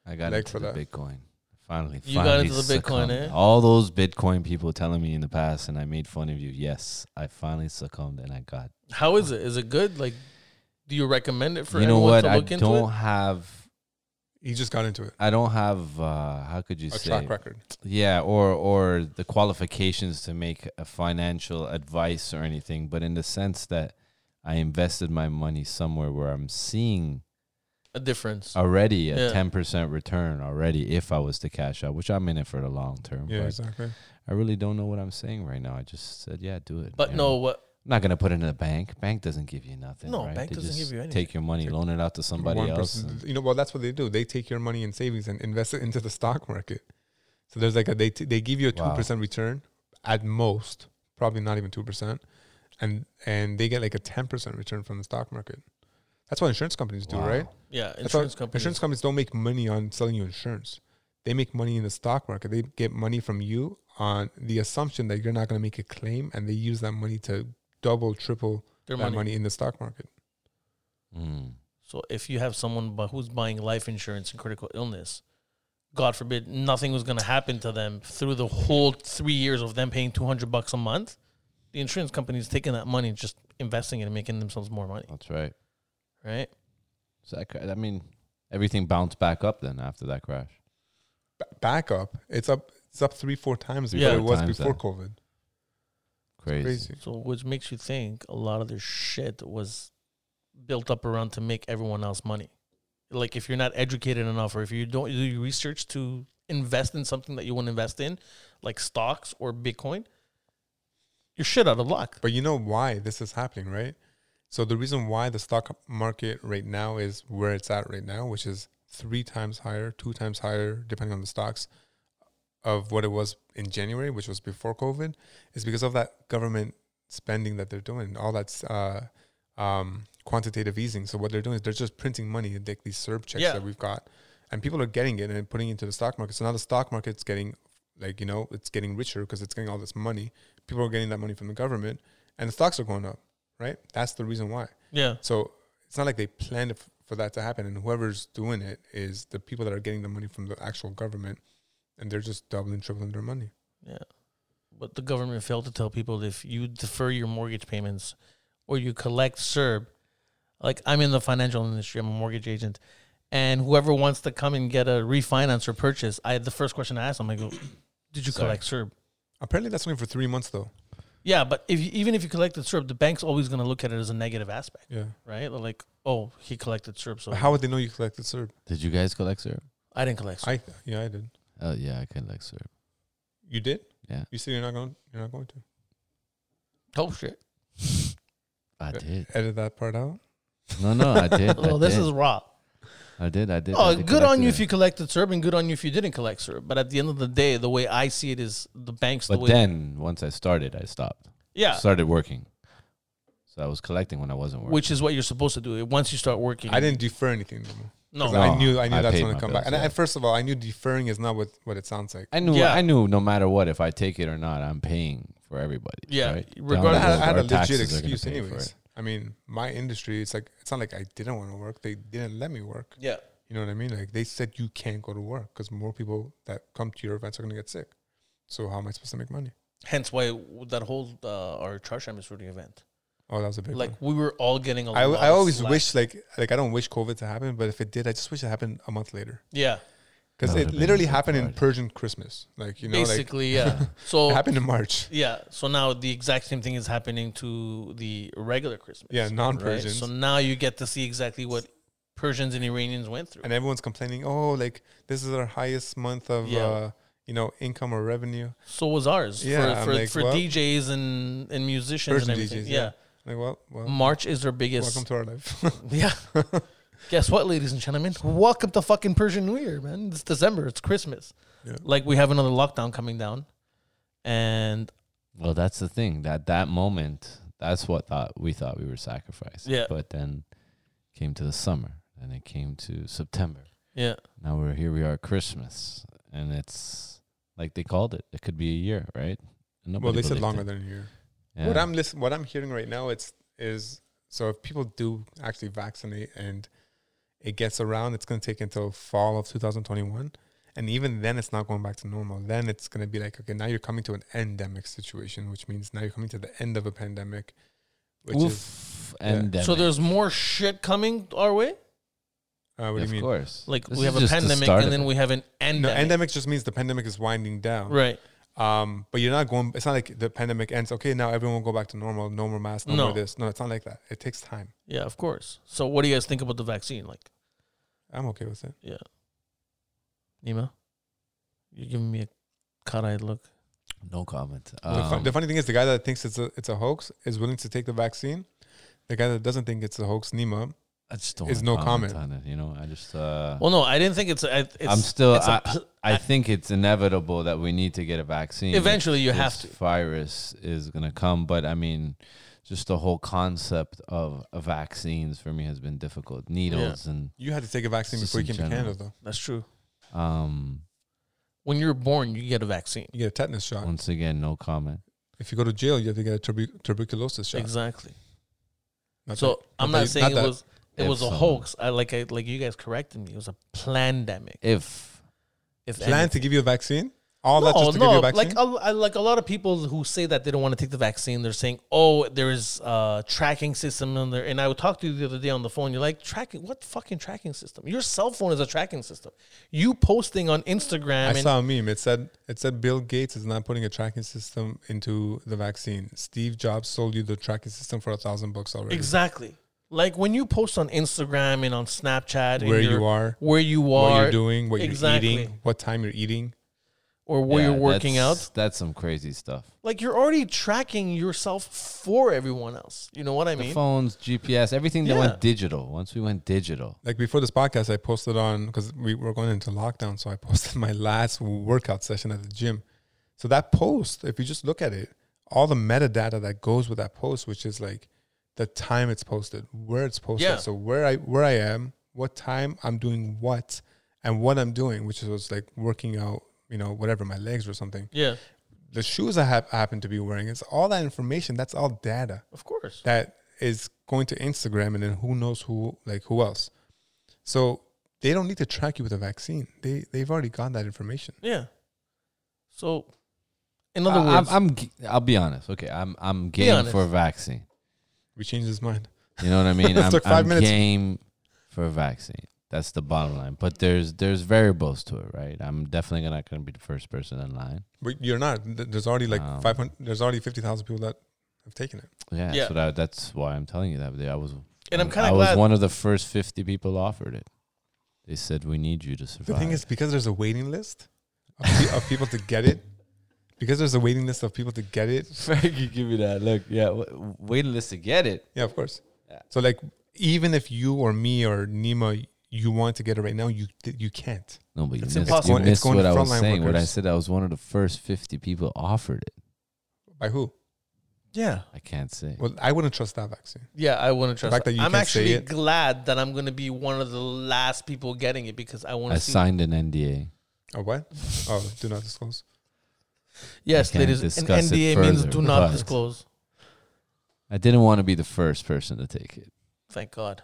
S3: I got
S2: Leg
S3: into
S2: for
S3: the
S2: that.
S3: Bitcoin. Finally,
S1: You got
S3: finally
S1: into the Bitcoin,
S3: succumbed.
S1: eh?
S3: All those Bitcoin people telling me in the past, and I made fun of you. Yes, I finally succumbed, and I got.
S1: money. How is it? Is it good? Like, do you recommend it for
S3: you know
S1: everyone
S3: what?
S1: to
S3: I
S1: look into
S3: don't
S1: it?
S3: have.
S2: you just got into it
S3: I don't have. Uh, how could you
S2: a
S3: say?
S2: track record.
S3: Yeah, or or the qualifications to make a financial advice or anything, but in the sense that I invested my money somewhere where I'm seeing
S1: A difference.
S3: Uh, already
S1: Yeah.
S3: a ten percent return already if I was to cash out, which I'm in it for the long term.
S2: Yeah,
S3: but
S2: exactly.
S3: I really don't know what I'm saying right now. I just said, yeah, do it.
S1: But
S3: you
S1: no,
S3: know.
S1: what
S3: I'm not gonna put it in a bank. Bank doesn't give you nothing.
S1: No,
S3: right?
S1: bank doesn't give you anything.
S3: Take your money, loan it out to somebody
S2: One
S3: else.
S2: person-
S3: and-
S2: you know, well, that's what they do. They take your money in savings and invest it into the stock market. So there's like a they t- they give you a two
S3: Wow.
S2: percent return at most, probably not even two percent, and and they get like a ten percent return from the stock market. That's what insurance companies do,
S3: Wow.
S2: right?
S1: Yeah,
S2: That's why
S1: insurance companies.
S2: Insurance companies don't make money on selling you insurance. They make money in the stock market. They get money from you on the assumption that you're not going to make a claim, and they use that money to double, triple
S1: Their
S2: that
S1: money.
S2: money in the stock market.
S3: Mm.
S1: So if you have someone bu- who's buying life insurance and critical illness, God forbid, nothing was going to happen to them through the whole three years of them paying two hundred bucks a month. The insurance company's taking that money and just investing it and making themselves more money,
S3: That's right.
S1: right?
S3: So that, cra- I mean, everything bounced back up then after that crash.
S2: Ba back up, it's up, it's up three, four times
S1: Yeah.
S2: what it
S3: Four
S2: was
S3: times
S2: before
S3: that.
S2: COVID.
S3: Crazy.
S2: Crazy.
S1: So which makes you think a lot of their shit was built up around to make everyone else money. Like if you're not educated enough or if you don't do your research to invest in something that you want to invest in, like stocks or Bitcoin, you're shit out of luck.
S2: But you know why this is happening, right? So the reason why the stock market right now is where it's at right now, which is three times higher, two times higher, depending on the stocks, of what it was in January, which was before COVID, is because of that government spending that they're doing, all that's uh, um, quantitative easing. So what they're doing is they're just printing money, like these SERB checks
S1: Yeah.
S2: that we've got, and people are getting it and putting it into the stock market. So now the stock market's getting, like you know, it's getting richer because it's getting all this money. People are getting that money from the government and the stocks are going up, right? That's the reason why.
S1: Yeah.
S2: So it's not like they planned f- for that to happen, and whoever's doing it is the people that are getting the money from the actual government, and they're just doubling, tripling their money.
S1: Yeah. But the government failed to tell people that if you defer your mortgage payments or you collect CERB, like I'm in the financial industry, I'm a mortgage agent, and whoever wants to come and get a refinance or purchase, I the first question I ask them, I go, Did you
S3: Sorry.
S1: collect CERB?
S2: Apparently, that's only for three months, though.
S1: Yeah, but if you, even if you collected CERB, the bank's always going to look at it as a negative aspect,
S2: Yeah.
S1: right? They're like, oh, he collected CERB, so
S2: But how would they know you collected syrup?
S3: Did you guys collect syrup?
S1: I didn't collect CERB.
S2: I yeah, I did.
S3: Oh yeah, I collect syrup.
S2: You did?
S3: Yeah.
S2: You said you're not going. You're not going to
S1: oh shit!
S3: I did.
S2: edit that part out.
S3: No, no, I did.
S1: Oh,
S3: I
S1: this
S3: did.
S1: is raw.
S3: I did. I did. I
S1: Oh,
S3: did
S1: good on
S3: collect
S1: you
S3: it.
S1: if you collected CERB, and good on you if you didn't collect CERB. But at the end of the day, the way I see it is the banks. the
S3: But
S1: way
S3: then once I started, I stopped.
S1: yeah,
S3: Started working. So I was collecting when I wasn't working.
S1: which is what you're supposed to do eh, once you start working.
S2: I didn't defer anything. Though.
S1: No,
S2: 'Cause
S3: Mm-hmm. No.
S2: I knew I knew
S3: I
S2: that's
S3: paid
S2: going
S3: my
S2: to come back.
S3: bills,
S2: And I,
S3: yeah.
S2: first of all, I knew deferring is not what what it sounds like.
S3: I knew.
S1: Yeah.
S3: I knew. No matter what, if I take it or not, I'm paying for everybody.
S1: Yeah,
S3: Right?
S2: But
S1: regardless-
S2: I
S1: Regardless-
S2: had,
S3: Down
S2: I had
S3: the
S2: a
S3: road, our
S2: legit
S3: taxes are gonna
S2: excuse,
S3: pay for
S2: anyways.
S3: it.
S2: I mean, my industry, it's like it's not like I didn't want to work. They didn't let me work.
S1: yeah,
S2: You know what I mean? Like they said you can't go to work because more people that come to your events are going to get sick. So how am I supposed to make money?
S1: hence why that whole uh, our trash Amos rooting event,
S2: Oh, that was a big
S1: like
S2: one.
S1: we were all getting a
S2: I,
S1: lot
S2: I
S1: of
S2: always
S1: slack.
S2: wish like like I don't wish COVID to happen, but if it did, I just wish it happened a month later
S1: yeah,
S2: because
S3: That
S2: it
S3: would've been
S2: literally
S3: so
S2: happened in
S3: hard.
S2: Persian Christmas. Like you know, like
S1: basically yeah.
S2: it
S1: So
S2: happened in March.
S1: yeah, so now the exact same thing is happening to the regular Christmas.
S2: Yeah,
S1: right?
S2: non-Persians,
S1: So now you get to see exactly what Persians and Iranians went through.
S2: and everyone's complaining. Oh, like this is our highest month of
S1: Yeah.
S2: uh, you know income or revenue.
S1: So was ours
S2: Yeah,
S1: for
S2: I'm
S1: for,
S2: like,
S1: for
S2: well-
S1: DJs and and musicians
S2: Persian
S1: and everything. yeah.
S2: DJs, yeah. Like well, well,
S1: March is their biggest.
S2: welcome to our life.
S1: Yeah. Guess what, ladies and gentlemen? Welcome to fucking Persian New Year, man. It's December. It's Christmas.
S2: Yeah.
S1: Like we have another lockdown coming down, and
S3: Well, that's the thing. That that moment, that's what thought we thought we were sacrificing.
S1: Yeah.
S3: But then came to the summer, and it came to September.
S1: yeah,
S3: Now we're here. We are at Christmas, and it's like they called it. It could be a year, right? And
S2: well,
S3: nobody
S2: they said
S3: believed
S2: longer
S3: it.
S2: than a year.
S3: Yeah.
S2: What I'm listen, what I'm hearing right now, it's is so if people do actually vaccinate and it gets around, it's going to take until fall of 2021, and even then, it's not going back to normal. Then it's going to be like, okay, now you're coming to an endemic situation, which means now you're coming to the end of a pandemic, which is
S3: Oof, and
S2: yeah.
S3: then
S1: so there's more shit coming our way.
S2: uh, what do
S3: of
S2: you mean?
S3: course,
S1: Like
S3: This
S1: we
S3: is
S1: have a
S3: just the
S1: pandemic,
S3: start of
S1: and then
S3: it.
S1: we have an endemic.
S2: No, endemic just means the pandemic is winding down.
S1: Right?
S2: Um, but you're not going. It's not like the pandemic ends. Okay, now everyone will go back to normal. No more masks. No,
S1: No.
S2: more this. No, it's not like that. It takes time.
S1: Yeah, of course. So what do you guys think about the vaccine? Like,
S2: I'm okay with it.
S1: Nima, you're giving me a cut-eyed look.
S3: no comment.
S2: the, fu-
S3: Um,
S2: the funny thing is, the guy that thinks it's a it's a hoax is willing to take the vaccine. The guy that doesn't think it's a hoax, Nima.
S3: I just don't.
S2: is
S3: wanna
S2: no
S3: on it. You know, I just. Uh,
S1: Well, no, I didn't think it's. I- it's
S3: I'm still.
S1: it's a
S3: I,
S1: pl-
S3: I think it's inevitable that we need to get a vaccine.
S1: Eventually, you
S3: This
S1: have to.
S3: Virus is gonna come, but I mean, just the whole concept of vaccines for me has been difficult. Needles and
S2: You had to take a vaccine
S3: Just
S2: before you
S3: in
S2: came to
S3: general.
S2: Canada, though.
S1: That's true.
S3: um,
S1: when you're born, you get a vaccine.
S2: You get a tetanus shot.
S3: Once again, no comment.
S2: If you go to jail, you have to get a tuberc- tuberculosis shot.
S1: Exactly.
S2: Not
S1: So
S2: that-
S1: I'm
S2: that-
S1: not saying it
S2: that- um,
S1: was it
S3: If
S1: was a
S3: someone-
S1: hoax. I like I like you guys corrected me. It was a plandemic.
S3: If
S1: If
S2: plan to give you a vaccine. All that just to give you a vaccine.
S1: like oh, a, I- like a lot of people who say that they don't want to take the vaccine, they're saying, "Oh, there is a tracking system in there." And I talked to you the other day on the phone. You're like, "Tracking? What fucking tracking system? Your cell phone is a tracking system. You posting on Instagram
S2: I
S1: and
S2: saw a meme. It said it said Bill Gates is not putting a tracking system into the vaccine. Steve Jobs sold you the tracking system for a thousand bucks already.
S1: exactly like when you post on Instagram and on Snapchat, and
S2: Where
S1: you're-
S2: you are,
S1: where you are,
S2: what you're doing, what
S1: Exactly.
S2: you're eating, what time you're eating.
S1: or where
S3: Yeah,
S1: you're working
S3: that's-
S1: out,
S3: that's some crazy stuff.
S1: like you're already tracking yourself for everyone else. You know what I
S3: The
S1: mean?
S3: phones, GPS, everything that
S1: Yeah.
S3: went digital. Once we went digital,
S2: Like before this podcast, I posted on because we were going into lockdown, so I posted my last workout session at the gym. So that post, if you just look at it, all the metadata that goes with that post, which is like the time it's posted, where it's posted,
S1: Yeah.
S2: so where I where I am, what time I'm doing what, and what I'm doing, which was like working out, you know, whatever my legs or something.
S1: Yeah,
S2: The shoes I hap happen to be wearing, it's all that information. That's all data
S1: of course.
S2: that is going to Instagram and then who knows who like who else. So they don't need to track you with a vaccine. They they've already got that information.
S1: Yeah. So, in other
S3: I,
S1: words,
S3: I'm, I'm. g- I'll be honest. Okay, I'm. I'm
S1: Be
S3: game
S1: honest.
S3: for a vaccine.
S2: We changed his mind.
S3: You know what I mean?
S2: This
S3: I'm,
S2: took five
S3: I'm
S2: minutes.
S3: game for a vaccine. That's the bottom line. But there's there's variables to it, right? I'm definitely not going to be the first person in line.
S2: But you're not. Th- There's already like
S3: Um,
S2: 500. There's already 50,000 people that have taken it.
S3: Yeah,
S1: Yeah.
S3: So that, that's why I'm telling you that. I was.
S1: and I'm kind
S3: I
S1: of
S3: was
S1: glad.
S3: one of the first 50 people offered it. They said we need you to survive.
S2: The thing is, because there's a waiting list of, pe- of people to get it, because there's a waiting list of people to get it.
S3: Frankie, give me that look. Yeah, w- wait a list to get it.
S2: Yeah, of course.
S3: Yeah.
S2: So like, even if you or me or Nima, you want to get it right now, you you can't.
S3: No, but you
S1: It's
S3: missed, you
S1: impossible. It's
S3: missed
S2: going
S3: what
S2: to
S3: I was
S2: frontline
S3: saying. What I
S2: workers.
S3: said, I was one of the first 50 people offered it.
S2: By who?
S1: yeah,
S3: I can't say.
S2: Well, I wouldn't trust that vaccine.
S1: yeah, I wouldn't trust.
S2: fact
S1: that.
S2: that you
S1: I'm
S2: can't say
S1: actually
S2: it.
S1: glad that I'm going to be one of the last people getting it because I want
S3: I
S1: to see.
S3: signed an NDA.
S2: Oh what? Oh, do not disclose.
S1: yes,
S3: can't
S1: ladies, an
S3: discuss it
S1: NDA means
S3: further,
S1: do not
S3: but-
S1: disclose.
S3: I didn't want to be the first person to take it.
S1: Thank God.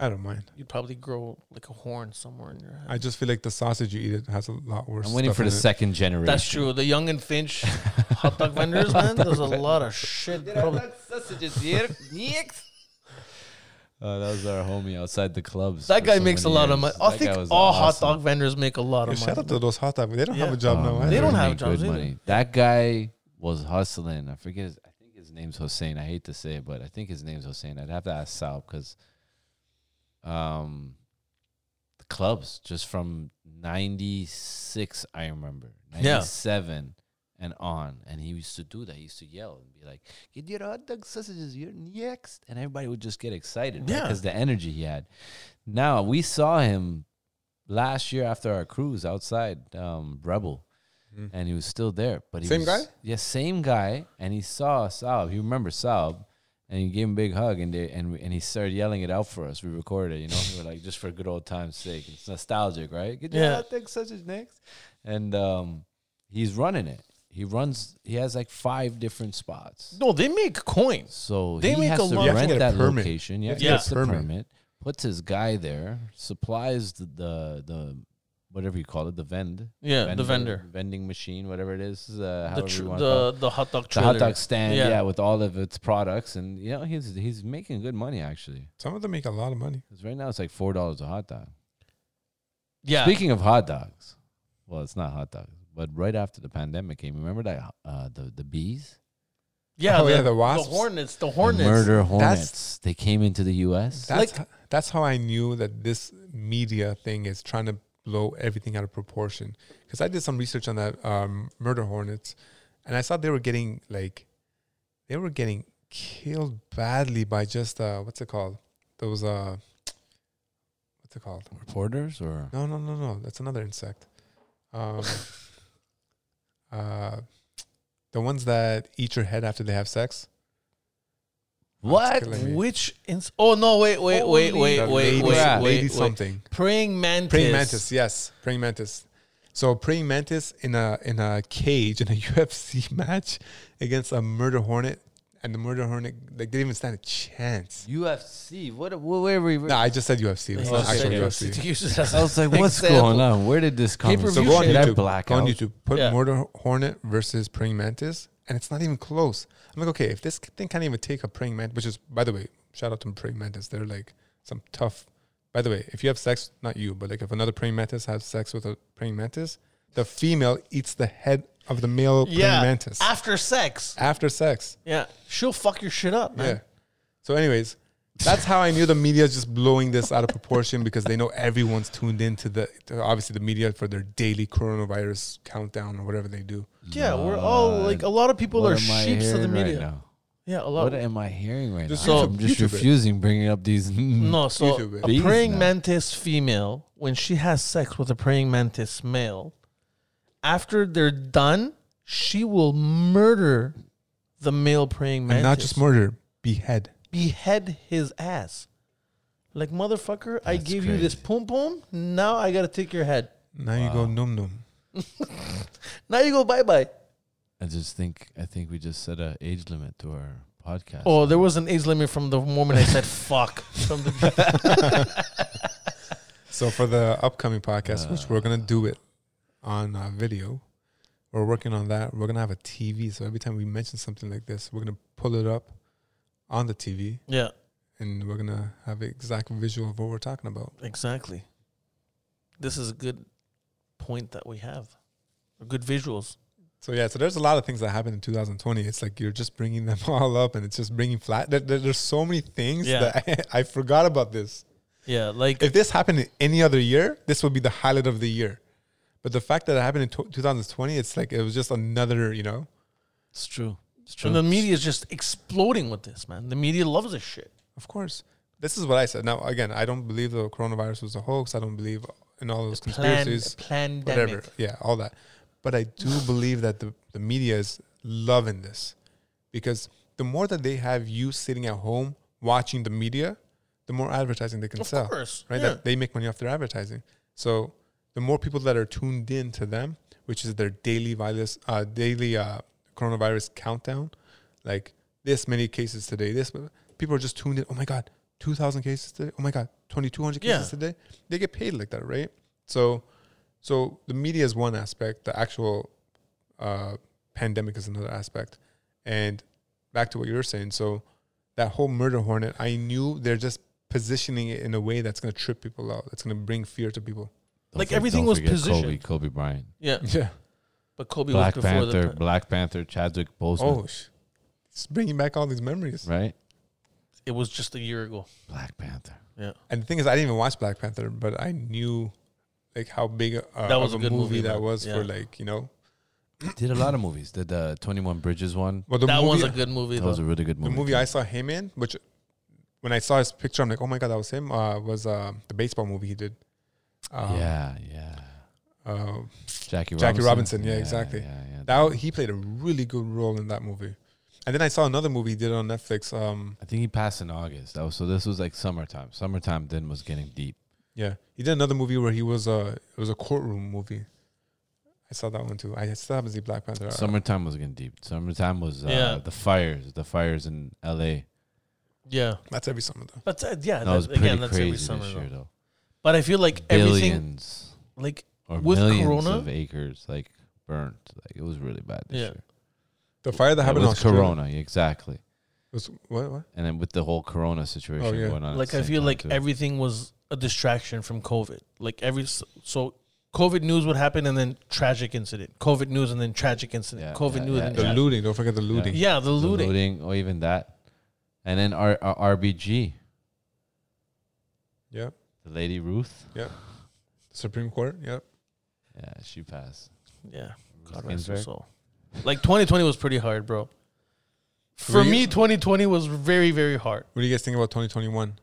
S2: I don't mind.
S1: You'd probably grow like a horn somewhere in your head.
S2: I just feel like the sausage you eat it has a lot worse.
S3: I'm waiting
S2: stuff
S3: for the
S2: in it.
S3: second generation.
S1: That's true. The Young and Finch hot dog vendors, man. There's a lot of shit. probably-
S3: sausages here. Uh, that was our homie outside the clubs.
S1: That
S3: for
S1: guy
S3: so
S1: makes a
S3: many
S1: lot of money.
S3: years.
S1: I
S3: That
S1: think
S3: guy was
S1: all hot
S3: awesome.
S1: dog vendors make a lot
S2: Yeah,
S1: of
S2: shout
S1: money.
S2: out to those hot dogs. They don't have
S1: Yeah.
S2: a job eh?
S3: Oh,
S2: now.
S3: man,
S1: They
S2: either.
S1: don't have
S3: make
S1: jobs
S3: good
S1: either.
S3: money. That guy was hustling. I forget. His, I think his name's Hossein. I hate to say it, but I think his name's Hossein. I'd have to ask Sal because, um, the clubs just from '96, I remember
S1: Yeah.
S3: '97 and on, and he used to do that. He used to yell and be like, "Get your hot dog sausages, you're next," and everybody would just get excited
S1: Yeah.
S3: because the energy he had. Now we saw him last year after our cruise outside um, Rebel,
S2: Mm.
S3: and he was still there. But he
S2: Same
S3: was,
S2: guy?
S3: yeah, same guy. And he saw Saab. He remembered Saab, and he gave him a big hug, and they, and we- and he started yelling it out for us. We recorded, it, you know, we were like just for good old times' sake. It's nostalgic, right? Good
S1: Yeah.
S3: job, thanks, such as next, and um, he's running it. He runs. He has like five different spots.
S1: No, they make coins.
S3: So
S1: They
S3: he
S1: make
S3: has
S1: a
S3: to
S1: lot- You have to
S3: rent
S2: get a
S3: that
S2: permit.
S3: location.
S2: You
S3: Yeah,
S2: have
S1: to get a
S3: gets the
S2: permit.
S3: permit. Puts his guy there. Supplies the the, the whatever you call it, the vend.
S1: Yeah, the vendor.
S3: vending machine, whatever it is. Uh,
S1: the
S3: however
S1: tr-
S3: you want to call it.
S1: the the hot dog
S3: The
S1: trailer.
S3: hot dog stand,
S1: Yeah.
S3: yeah. with all of its products, and you know he's he's making good money actually.
S2: Some of them make a lot of money.
S3: Because right now it's like four dollars a hot dog.
S1: Yeah,
S3: Speaking of hot dogs, well, it's not hot dogs, but right after the pandemic came, remember that uh, the the bees,
S1: yeah,
S2: Oh,
S1: the,
S2: yeah, the wasps.
S1: the hornets, the
S3: The
S1: hornets.
S3: murder hornets,
S2: That's-
S3: they came into the U.S.
S2: That's h- that's how I knew that this media thing is trying to blow everything out of proportion. Because I did some research on that um, murder hornets, and I saw they were getting like they were getting killed badly by just uh, what's it called? Those uh, what's it called?
S3: reporters or
S2: No, no, no, no. That's another insect. Um, uh, the ones that eat your head after they have sex.
S3: What?
S2: Killing me.
S1: Which ins- oh no wait wait wait
S3: Holy
S1: wait
S2: The
S1: wait
S2: lady,
S1: wait
S3: crap.
S1: wait,
S2: lady
S1: wait.
S2: something.
S1: praying mantis
S2: Praying mantis. Yes, praying mantis. So a praying mantis in a in a cage in a UFC match against a murder hornet, and the murder hornet like they didn't even stand a chance.
S3: UFC. What? Where were we?
S2: No, I just said UFC. It was
S1: Oh,
S2: not
S3: Yeah.
S2: actual
S3: Yeah.
S2: UFC.
S1: You just have
S3: I was like, what's
S1: example.
S3: going on? Where did this come from?
S1: Pay-per-view
S2: So go on
S1: shit.
S3: Did I
S2: YouTube.
S3: black
S2: go on
S3: out?
S2: YouTube. Put
S1: Yeah.
S2: murder hornet versus praying mantis, and it's not even close. I'm like, okay, if this thing can't even take a praying mantis, which is by the way, shout out to praying mantis. They're like some tough. By the way, if you have sex, not you, but like if another praying mantis has sex with a praying mantis, the female eats the head of the male
S1: Yeah.
S2: praying mantis
S1: After sex.
S2: after sex.
S1: Yeah. She'll fuck your shit up, man.
S2: Yeah. So, anyways, that's how I knew the media is just blowing this out of proportion because they know everyone's tuned into the to obviously the media for their daily coronavirus countdown or whatever they do.
S1: Yeah. we're all like, a lot of people
S3: What
S1: are
S3: am I
S1: sheep to the
S3: hearing right
S1: media.
S3: now?
S1: yeah. A lot.
S3: What am I hearing right
S2: Just
S3: now?
S1: YouTube-
S3: I'm just
S2: YouTube it.
S3: refusing bringing up these.
S1: no, so
S2: YouTube it.
S1: a
S3: Bees
S1: praying
S3: now.
S1: mantis female, when she has sex with a praying mantis male, after they're done, she will murder the male praying mantis.
S2: And not just murder, behead.
S1: behead his ass. Like motherfucker, I
S3: That's
S1: gave you this poom poom. Now I gotta take your head.
S2: Now you go num num.
S1: Now you go bye bye.
S3: I just think I think we just set a age limit to our podcast.
S1: Oh, there was an age limit from the moment I said fuck. From the
S2: So for the upcoming podcast, which we're gonna do it on uh, video, we're working on that. We're gonna have a TV, so every time we mention something like this, we're gonna pull it up on the TV,
S1: yeah,
S2: and we're gonna have exact visual of what we're talking about.
S1: exactly. This is a good point that we have. Good visuals.
S2: So yeah, so there's a lot of things that happened in 2020. It's like you're just bringing them all up, and it's just bringing flat. There, there- there's so many things
S1: Yeah.
S2: that I, I forgot about this.
S1: Yeah, like
S2: If this happened in any other year, this would be the highlight of the year. But the fact that it happened in tw 2020, it's like it was just another, you know.
S3: it's true. It's true.
S1: and the media is just exploding with this, man. The media loves this shit.
S2: Of course, this is what I said. Now again, I don't believe the coronavirus was a hoax. I don't believe in all those conspiracies,
S1: plan,
S2: whatever. Yeah, all that. But I do believe that the the media is loving this. because the more that they have you sitting at home watching the media, the more advertising they can
S1: Of
S2: sell.
S1: course,
S2: Right?
S1: yeah.
S2: That they make money off their advertising. So the more people that are tuned in to them, which is their daily virus, uh, daily uh, coronavirus countdown, like this many cases today, this people are just tuned in. Oh my god, two thousand cases today. Oh my god, twenty two hundred cases
S1: Yeah.
S2: today. They get paid like that, right? So, so the media is one aspect. The actual uh, pandemic is another aspect. And back to what you were saying, so that whole murder hornet, I knew they're just positioning it in a way that's going to trip people out. That's going to bring fear to people.
S3: Don't
S1: like,
S3: for-
S1: everything
S3: don't
S1: was
S3: forget Kobe,
S1: positioned.
S3: Kobe Bryant,
S1: Yeah,
S2: Yeah.
S1: but Kobe
S3: Black
S1: was before
S3: Panther,
S1: the
S3: Black Panther, Chadwick Boseman,
S2: Oh, sh- it's bringing back all these memories.
S3: right?
S1: It was just a year ago.
S3: Black Panther.
S1: Yeah,
S2: And the thing is, I didn't even watch Black Panther, but I knew like how big a,
S1: That was
S2: of
S1: a good
S2: movie,
S1: movie,
S2: that
S1: man.
S2: was
S1: Yeah.
S2: for like you know.
S3: Did a lot of movies. Did the Twenty One Bridges one?
S2: Well, the
S1: that
S2: movie,
S1: was a good movie.
S3: That
S1: Though.
S3: was a really good
S2: the
S3: movie.
S2: movie
S3: too.
S2: I saw him in, which when I saw his picture, I'm like, oh my god, that was him. Uh, was uh, the baseball movie he did? Uh,
S3: yeah, yeah.
S2: Uh,
S3: Jackie.
S2: Jackie
S3: Robinson.
S2: Robinson, yeah, exactly.
S3: Yeah, yeah.
S2: That he played a really good role in that movie. And then I saw another movie he did on Netflix. Um,
S3: I think he passed in August. That was so. This was like summertime. Summertime then was getting deep.
S2: yeah, he did another movie where he was a it was a courtroom movie. I saw that one too. I still haven't seen Black Panther.
S3: Summertime was getting deep. Summertime was uh,
S1: Yeah.
S3: the fires. The fires in L.A.
S1: Yeah,
S2: That's every summer though.
S1: but uh, yeah,
S3: That
S1: that-
S3: was pretty
S1: again, that's
S3: crazy
S1: every summer.
S3: this
S1: though.
S3: year, though.
S1: But I feel like everything,
S3: Billions
S1: like
S3: or
S1: with
S3: millions
S1: Corona-
S3: of acres like burnt. Like it was really bad this
S1: Yeah.
S3: year.
S2: The fire that
S3: That
S2: happened on
S3: was Corona, exactly.
S2: Was what? What?
S3: And then with the whole Corona situation
S2: Oh, yeah.
S3: going on, at
S1: like
S3: the
S1: I
S3: same
S1: feel
S3: time,
S1: like
S3: too.
S1: everything was a distraction from COVID. Like every s- so. COVID news would happen and then tragic incident. COVID news and then tragic incident.
S3: Yeah,
S1: COVID
S3: yeah,
S1: news
S3: yeah,
S1: and
S2: The
S1: then tragic.
S2: looting. Don't forget the looting.
S1: Yeah, the
S3: The
S1: looting.
S3: looting or even that, and then our, our RBG,
S2: Yeah.
S3: the lady Ruth,
S2: Supreme Court. Yeah.
S3: yeah, she passed.
S1: Yeah. God
S3: Ruth
S1: rest her
S3: Ginsburg.
S1: soul. Like 2020 was pretty hard, bro. For
S2: Were you-
S1: me, 2020 was very, very hard.
S2: What do you guys think about 2021?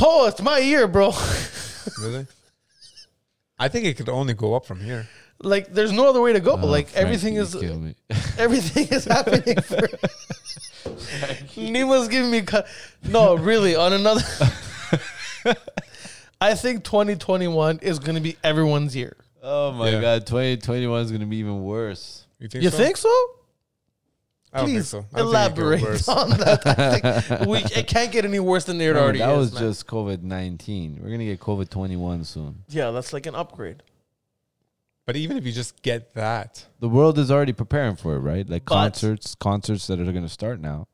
S1: Oh, it's my year, bro.
S2: Really? I think it could only go up from here.
S1: like, there's no other way to go.
S3: Oh,
S1: like,
S3: Frankie,
S1: everything
S3: you
S1: is
S3: kill me.
S1: everything is happening for Nima's giving me cut. No, really, on another I think 2021 is going to be everyone's year.
S3: Oh my
S2: Yeah.
S3: god, 2021 is gonna be even worse.
S2: You think
S1: You
S2: so?
S1: think so?
S2: I don't
S1: Please
S2: think so. I don't think it
S1: elaborate
S2: could get worse.
S1: on that. I think we, it can't get any worse than it
S3: Remember,
S1: already
S3: that
S1: is,
S3: was
S1: man.
S3: just COVID 19. We're gonna get COVID 21 soon.
S1: yeah, that's like an upgrade.
S2: But even if you just get that,
S3: The world is already preparing for it, right? Like
S1: But-
S3: concerts, concerts that are gonna start now.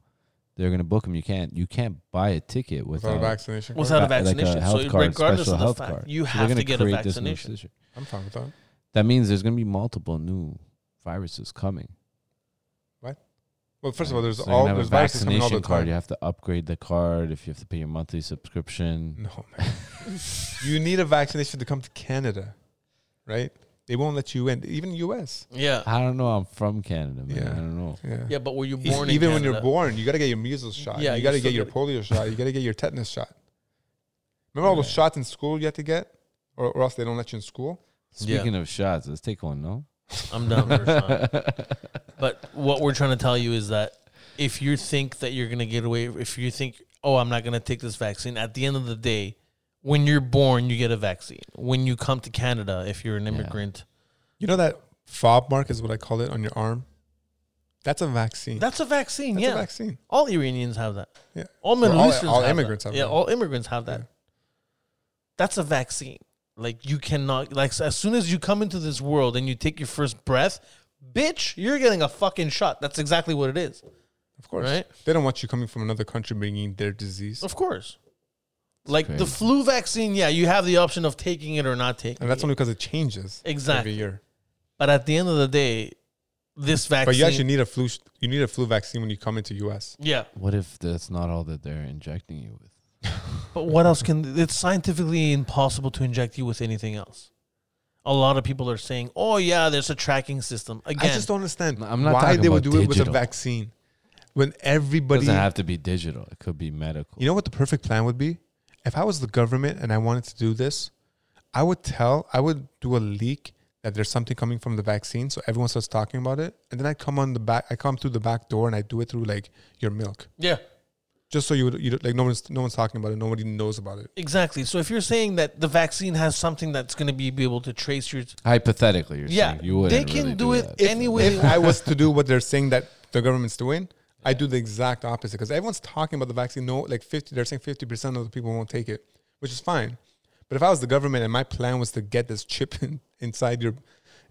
S3: They're gonna book them. You can't. You can't buy a ticket
S2: without a
S3: without.
S2: vaccination, card,
S1: Without a
S3: va- like
S1: vaccination,
S3: health
S1: so
S3: card,
S1: regardless
S3: special
S1: of the
S3: health
S1: fact,
S3: card.
S1: you
S3: So they're
S1: have
S3: gonna
S1: to get a
S3: create this new
S1: vaccination.
S3: situation.
S2: I'm fine with that.
S3: That means there's gonna be multiple new viruses coming.
S2: Well, first of all, there's
S3: So you're
S2: all
S3: gonna have a
S2: there's viruses coming all the
S3: vaccination card. You
S2: time.
S3: have to upgrade the card if you have to pay your monthly subscription.
S2: No, man. you need a vaccination to come to Canada, right? They won't let you in, even U.S.
S1: Yeah,
S3: I don't know. I'm from Canada, man.
S2: Yeah.
S3: I don't know.
S2: Yeah.
S1: yeah, but were you
S2: E-
S1: born? in
S2: even when you're
S1: Canada?
S2: born, you got to get your measles shot.
S1: Yeah,
S2: you
S1: you
S2: got to
S1: still
S2: get your
S1: gotta-
S2: polio shot. You got to get your tetanus shot. Remember all those
S3: Yeah.
S2: shots in school you had to get, or, or else they don't let you in school.
S1: Yeah.
S3: Speaking of shots, let's take one. No.
S1: I'm done. with Rashawn. but what we're trying to tell you is that if you think that you're gonna get away, if you think, oh, I'm not gonna take this vaccine, at the end of the day, when you're born, you get a vaccine. When you come to Canada, if you're an
S3: Yeah.
S1: immigrant,
S2: You know that fob mark is what I call it on your arm. That's a vaccine.
S1: that's a vaccine.
S2: That's
S1: yeah,
S2: a vaccine.
S1: all Iranians have that.
S2: Yeah.
S1: all Middle
S2: Well, all-
S1: Easterns,
S2: all
S1: have
S2: immigrants
S1: that.
S2: have
S1: yeah,
S2: that.
S1: all immigrants have that.
S2: Yeah.
S1: That's a vaccine. Like you cannot like as soon as you come into this world and you take your first breath, bitch, you're getting a fucking shot. That's exactly what it is.
S2: Of course.
S1: Right.
S2: They don't want you coming from another country bringing their disease.
S1: Of course. Like the
S3: crazy.
S1: flu vaccine, yeah, you have the option of taking it or not taking
S2: And that's
S1: it.
S2: only because it changes
S1: Exactly.
S2: every year.
S1: but at the end of the day, this vaccine.
S2: But you actually need a flu. sh- You need a flu vaccine when you come into U.S.
S1: yeah.
S3: What if that's not all that they're injecting you with?
S1: But what else can. It's scientifically impossible to inject you with anything else. A lot of people are saying, oh, yeah, there's a tracking system. Again,
S2: I just don't understand
S3: No, I'm not
S2: why
S3: talking
S2: they would do
S3: about
S2: it with a
S3: digital.
S2: vaccine when
S3: It
S2: everybody.
S3: doesn't have to be digital. It could be medical.
S2: You know what the perfect plan would be? If I was the government and I wanted to do this, I would tell, I would do a leak that there's something coming from the vaccine, so everyone starts talking about it, and then I come on the back, I come through the back door, and I do it through like your milk,
S1: yeah,
S2: just so you, would, you don't- like no one's no one's talking about it, nobody knows about it.
S1: exactly. So if you're saying that the vaccine has something that's going to be, be able to trace your.
S3: Hypothetically, you're
S1: Yeah,
S3: saying you would.
S1: they can
S3: really
S1: do
S3: do
S1: it
S3: that.
S1: any way
S2: If I was to do what they're saying that the government's doing, I do the exact opposite because everyone's talking about the vaccine. No, like fifty, they're saying fifty percent of the people won't take it, which is fine. But if I was the government and my plan was to get this chip in, inside your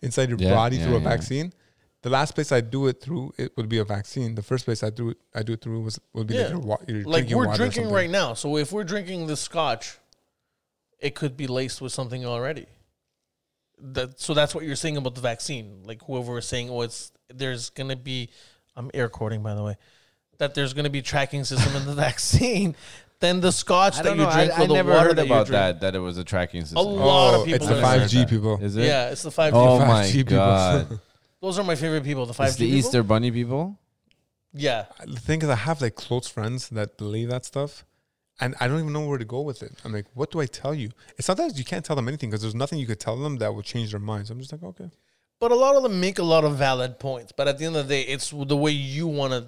S2: inside your
S3: Yeah,
S2: body
S3: yeah,
S2: through a
S3: yeah.
S2: vaccine, the last place I do it through it would be a vaccine. The first place I do it I do it through was would be
S1: Yeah.
S2: like your, wa- your
S1: Like
S2: drinking
S1: we're
S2: water or
S1: drinking
S2: something.
S1: right now. So if we're drinking the scotch, it could be laced with something already. That so that's what you're saying about the vaccine. Like whoever was saying, oh, it's there's gonna be, I'm air quoting by the way, that there's gonna be tracking system in the vaccine. Then the scotch
S3: I
S1: that
S3: don't
S1: you
S3: know.
S1: drink
S3: I,
S1: or
S3: I
S1: the
S3: never
S1: water
S3: heard
S1: that
S3: about
S1: you drink.
S3: that. That it was a tracking system.
S1: A lot
S2: Oh,
S1: of people.
S2: it's the
S1: are
S3: I heard
S2: five
S1: saying
S2: G
S3: that.
S2: people.
S3: Is
S1: that.
S3: it?
S1: Yeah, it's the five. G.
S3: Oh
S2: The
S3: my
S2: 5G people.
S3: god!
S1: Those are my favorite people. The five
S3: it's the
S1: G people.
S3: Easter Bunny people.
S1: Yeah,
S2: The thing is, I have like close friends that believe that stuff, and I don't even know where to go with it. I'm like, what do I tell you? And sometimes you can't tell them anything because there's nothing you could tell them that will change their minds. I'm just like, okay,
S1: but a lot of them make a lot of valid points. But at the end of the day, it's the way you want to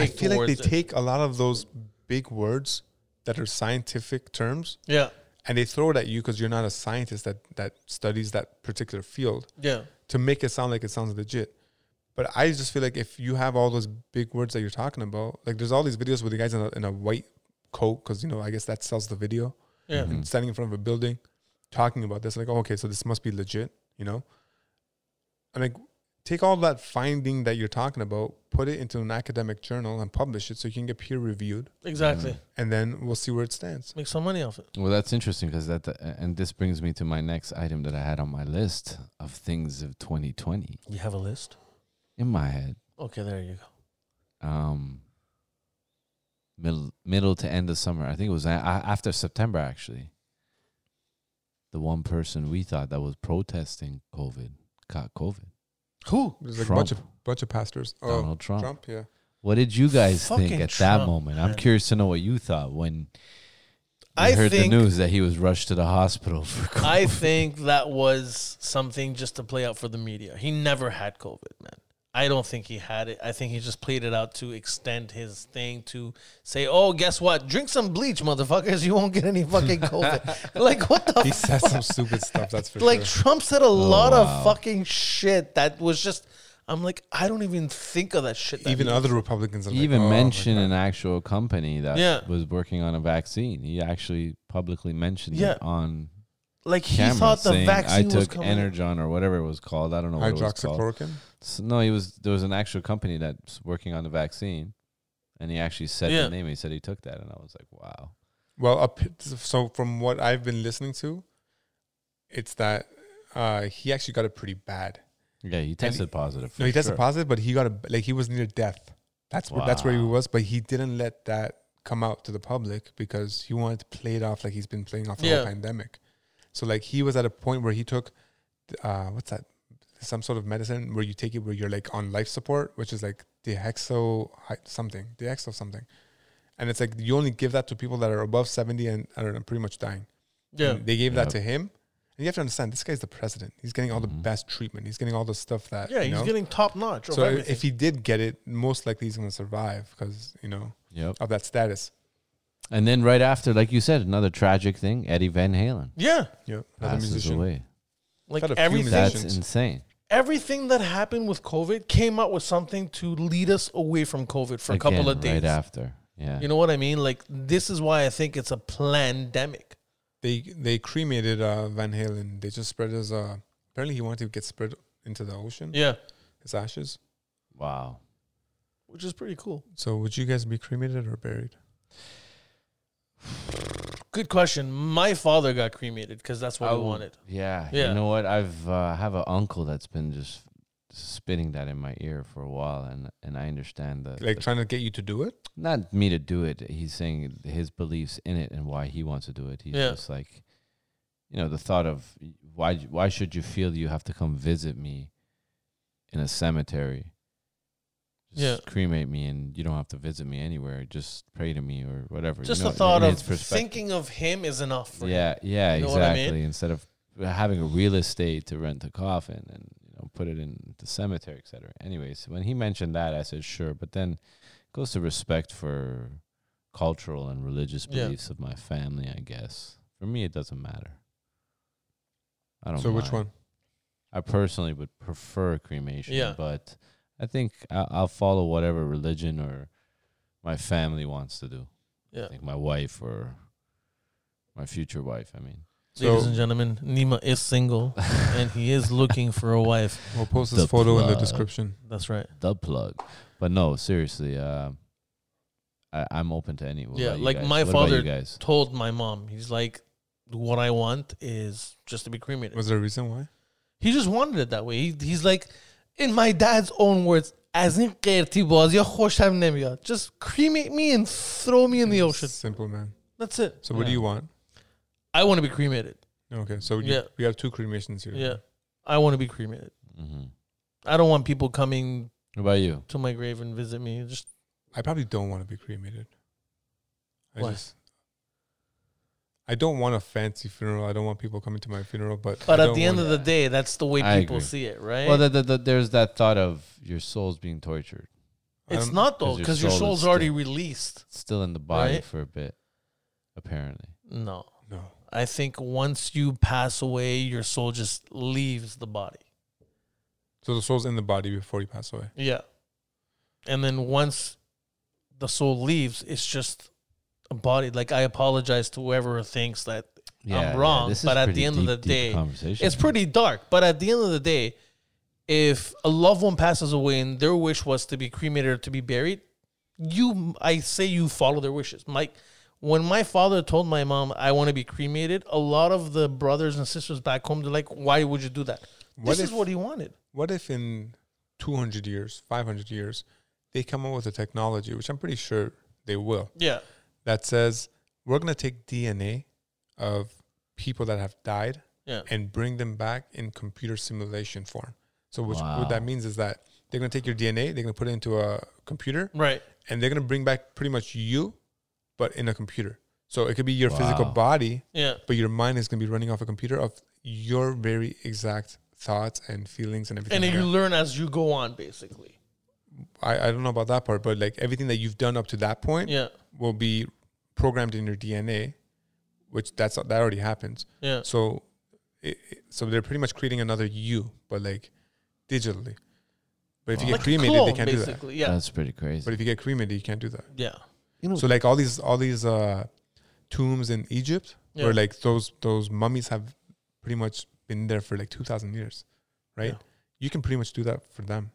S2: I
S1: take.
S2: feel like they
S1: towards it.
S2: take a lot of those big words that are scientific terms
S1: Yeah,
S2: and they throw it at you because you're not a scientist that that studies that particular field
S1: yeah.
S2: to make it sound like it sounds legit. But I just feel like if you have all those big words that you're talking about, like there's all these videos with the guys in a, in a white coat because you know I guess that sells the video.
S1: Yeah.
S2: and standing in front of a building talking about this like oh, okay so this must be legit you know and like take all that finding that you're talking about put it into an academic journal and publish it so you can get peer reviewed
S1: Exactly.
S2: and then we'll see where it stands
S1: Make some money off it.
S3: Mm. Well, that's interesting because that uh, and this brings me to my next item that I had on my list of things of 2020
S1: You have a list?
S3: in my head.
S1: Okay, there you go.
S3: um middle middle to end of summer. I think it was a- a- after September actually. The one person we thought that was protesting COVID got COVID.
S1: Who?
S2: there's like
S3: Trump.
S2: a bunch of bunch of pastors oh
S3: Donald Trump.
S2: Trump. yeah
S3: What did you guys
S1: Fucking
S3: think at
S1: Trump,
S3: that moment? I'm
S1: man.
S3: curious to know what you thought when you
S1: I
S3: heard
S1: think
S3: the news that he was rushed to the hospital for COVID.
S1: I think that was something just to play out for the media. He never had COVID, man. I don't think he had it. I think he just played it out to extend his thing to say, "Oh, guess what? Drink some bleach, motherfuckers. You won't get any fucking COVID." like what the
S2: He said some stupid stuff. That's for
S1: like
S2: sure.
S1: Trump said a lot
S3: wow.
S1: of fucking shit that was just. I'm like, I don't even think of that shit. that
S2: Even
S1: much.
S2: other Republicans are
S3: He
S2: like,
S3: even
S2: "Oh my
S3: mentioned
S2: God."
S3: an actual company that
S1: Yeah.
S3: was working on a vaccine. He actually publicly mentioned
S1: Yeah.
S3: it on
S1: like he
S3: camera,
S1: thought the
S3: saying,
S1: vaccine
S3: "I
S1: was
S3: took
S1: coming.
S3: Energon or whatever it was called. I don't know what it was called."
S2: hydroxychloroquine.
S3: S- no, he was there was an actual company that's working on the vaccine, and he actually said
S1: Yeah.
S3: the name. He said he took that, and I was like, "Wow,
S2: Well, up, so from what I've been listening to, it's that uh, he actually got it pretty bad.
S3: yeah, he tested positive." For
S2: no, he tested
S3: sure.
S2: positive, but he got a like he was near death. That's where that's where he
S3: Wow.
S2: was, but he didn't let that come out to the public because he wanted to play it off like he's been playing off the
S1: Yeah.
S2: whole pandemic. So like he was at a point where he took, uh, what's that? Some sort of medicine where you take it where you're like on life support, which is like dehexo hi- something, dehexo something, and it's like you only give that to people that are above seventy and are pretty much dying.
S1: Yeah, Mm-hmm.
S2: And they gave that
S3: Yep.
S2: to him. And you have to understand, this guy's the president. He's getting all
S3: Mhm.
S2: the best treatment. He's getting all the stuff that.
S1: yeah,
S2: you
S1: he's
S2: know?
S1: getting top notch. of
S2: So i-
S1: everything.
S2: if he did get it, most likely he's going to survive because you know
S3: Yep.
S2: of that status.
S3: And then right after, like you said, another tragic thing: Eddie Van Halen
S1: yeah,
S2: Yeah, another
S3: passes
S2: musician.
S3: away.
S1: like
S2: Got a few
S1: everything,
S2: minutes.
S3: That's
S2: Musicians.
S3: insane.
S1: everything that happened with COVID came out with something to lead us away from COVID for a couple
S3: Again,
S1: of days.
S3: right after. Yeah,
S1: You know what I mean? Like this is why I think it's a pandemic.
S2: They they cremated uh, Van Halen. They just spread his. Uh, apparently, he wanted to get spread into the ocean.
S1: Yeah,
S2: His ashes.
S3: wow.
S1: which is pretty cool.
S2: So would you guys be cremated or buried?
S1: Good question. My father got cremated because that's what
S3: I
S1: he
S3: would-
S1: wanted.
S3: Yeah,
S1: Yeah.
S3: You know what? I've uh, have an uncle that's been just spitting that in my ear for a while, and and I understand the,
S2: Like
S3: the-
S2: trying to get you to do it.
S3: not me to do it. He's saying his beliefs in it and why he wants to do it. He's
S1: Yeah.
S3: just like, you know, the thought of why why should you feel you have to come visit me in a cemetery? Just cremate me, and you don't have to visit me anywhere. Just pray to me or whatever. you
S1: Just
S3: know,
S1: the thought
S3: in
S1: of
S3: his perspective.
S1: thinking of him is enough. For him.
S3: Yeah, yeah,
S1: You know what I mean?
S3: exactly. Instead of having a real estate to rent a coffin and you know put it in the cemetery, etc. Anyways, when he mentioned that, I said sure, but then it goes to respect for cultural and religious
S1: Yeah.
S3: beliefs of my family. I guess for me, it doesn't matter. I don't.
S2: So which
S3: mind.
S2: one?
S3: I personally would prefer cremation,
S1: Yeah.
S3: but I think I'll, I'll follow whatever religion or my family wants to do.
S1: Yeah.
S3: Like my wife or my future wife. I mean.
S1: Ladies
S2: So-
S1: and gentlemen, Nima is single and he is looking for a wife.
S2: We'll post
S3: The
S2: this photo in the
S3: plug.
S2: description.
S1: That's right.
S3: the plug. But no, seriously, uh, I, I'm open to any. What
S1: Yeah,
S3: about you
S1: like
S3: guys?
S1: my
S3: What about
S1: father-
S3: you guys,
S1: Told my mom, he's like, what I want is just to be cremated.
S2: Was there a reason why?
S1: He just wanted it that way. He, he's like, in my dad's own words, از این قرتی بازی خوشم نمیاد. Just cremate me and throw me in the ocean.
S2: Simple man.
S1: That's it.
S2: So what do
S3: Yeah.
S2: you want?
S1: I want to be cremated.
S2: Okay, so you,
S1: Yeah.
S2: we have two cremations here.
S1: Yeah. I want to be cremated.
S3: hmm
S1: I don't want people coming
S3: what about you?
S1: to my grave and visit me. Just
S2: I probably don't want to be cremated. I
S1: Why?
S2: just I don't want a fancy funeral. I don't want people coming to my funeral, but
S1: But
S2: I
S1: at
S2: don't
S1: the end
S2: want-
S1: of the day, that's the way
S3: I
S1: people
S3: agree.
S1: see it, right?
S3: Well, the, the, the, there's that thought of your soul's being tortured,
S2: I
S1: it's
S2: don't-
S1: not though,
S3: 'cause your
S1: because your,
S3: soul is
S1: soul's
S3: still-
S1: already released.
S3: It's still in the body
S1: Right.
S3: for a bit, apparently.
S1: No,
S2: no.
S1: I think once you pass away, your soul just leaves the body.
S2: So the soul's in the body before you pass away.
S1: Yeah, and then once the soul leaves, it's just a body. Like I apologize to whoever thinks that wrong,
S3: this is
S1: but at the
S3: pretty
S1: end of the
S3: deep, deep
S1: day,
S3: conversation.
S1: it's pretty dark. But at the end of the day, if a loved one passes away and their wish was to be cremated or to be buried, you, I say, you follow their wishes. Like when my father told my mom, "I want to be cremated," a lot of the brothers and sisters back home they're like, "Why would you do that?"
S2: What
S1: this
S2: if
S1: is what he wanted.
S2: what if in 200 years, 500 years, they come up with a technology, which I'm pretty sure they will,
S1: Yeah,
S2: that says we're going to take DNA of people that have died
S1: yeah,
S2: and bring them back in computer simulation form. So which, what that
S3: Wow.
S2: means is that they're going to take your DNA, they're going to put it into a computer,
S1: right.
S2: and they're going to bring back pretty much you, but in a computer. So it could be your physical
S3: Wow.
S2: body,
S1: Yeah,
S2: but your mind is going to be running off a computer of your very exact thoughts and feelings and everything.
S1: and
S2: like
S1: you
S2: that.
S1: learn as you go on, basically.
S2: I, I don't know about that part, but like everything that you've done up to that point
S1: Yeah,
S2: will be programmed in your DNA, which that's that already happens.
S1: yeah,
S2: So, it, it- so they're pretty much creating another you, but like digitally. But if you
S3: Wow.
S2: get
S1: a
S2: cremated, they
S1: clone,
S2: can't do that.
S1: basically. Yeah,
S3: That's pretty crazy.
S2: But if you get cremated, you can't do that.
S1: yeah.
S3: you know,
S2: So like all these all these uh, tombs in Egypt,
S1: Yeah.
S2: where like those those mummies have pretty much been there for like two thousand years, right?
S1: Yeah.
S2: You can pretty much do that for them,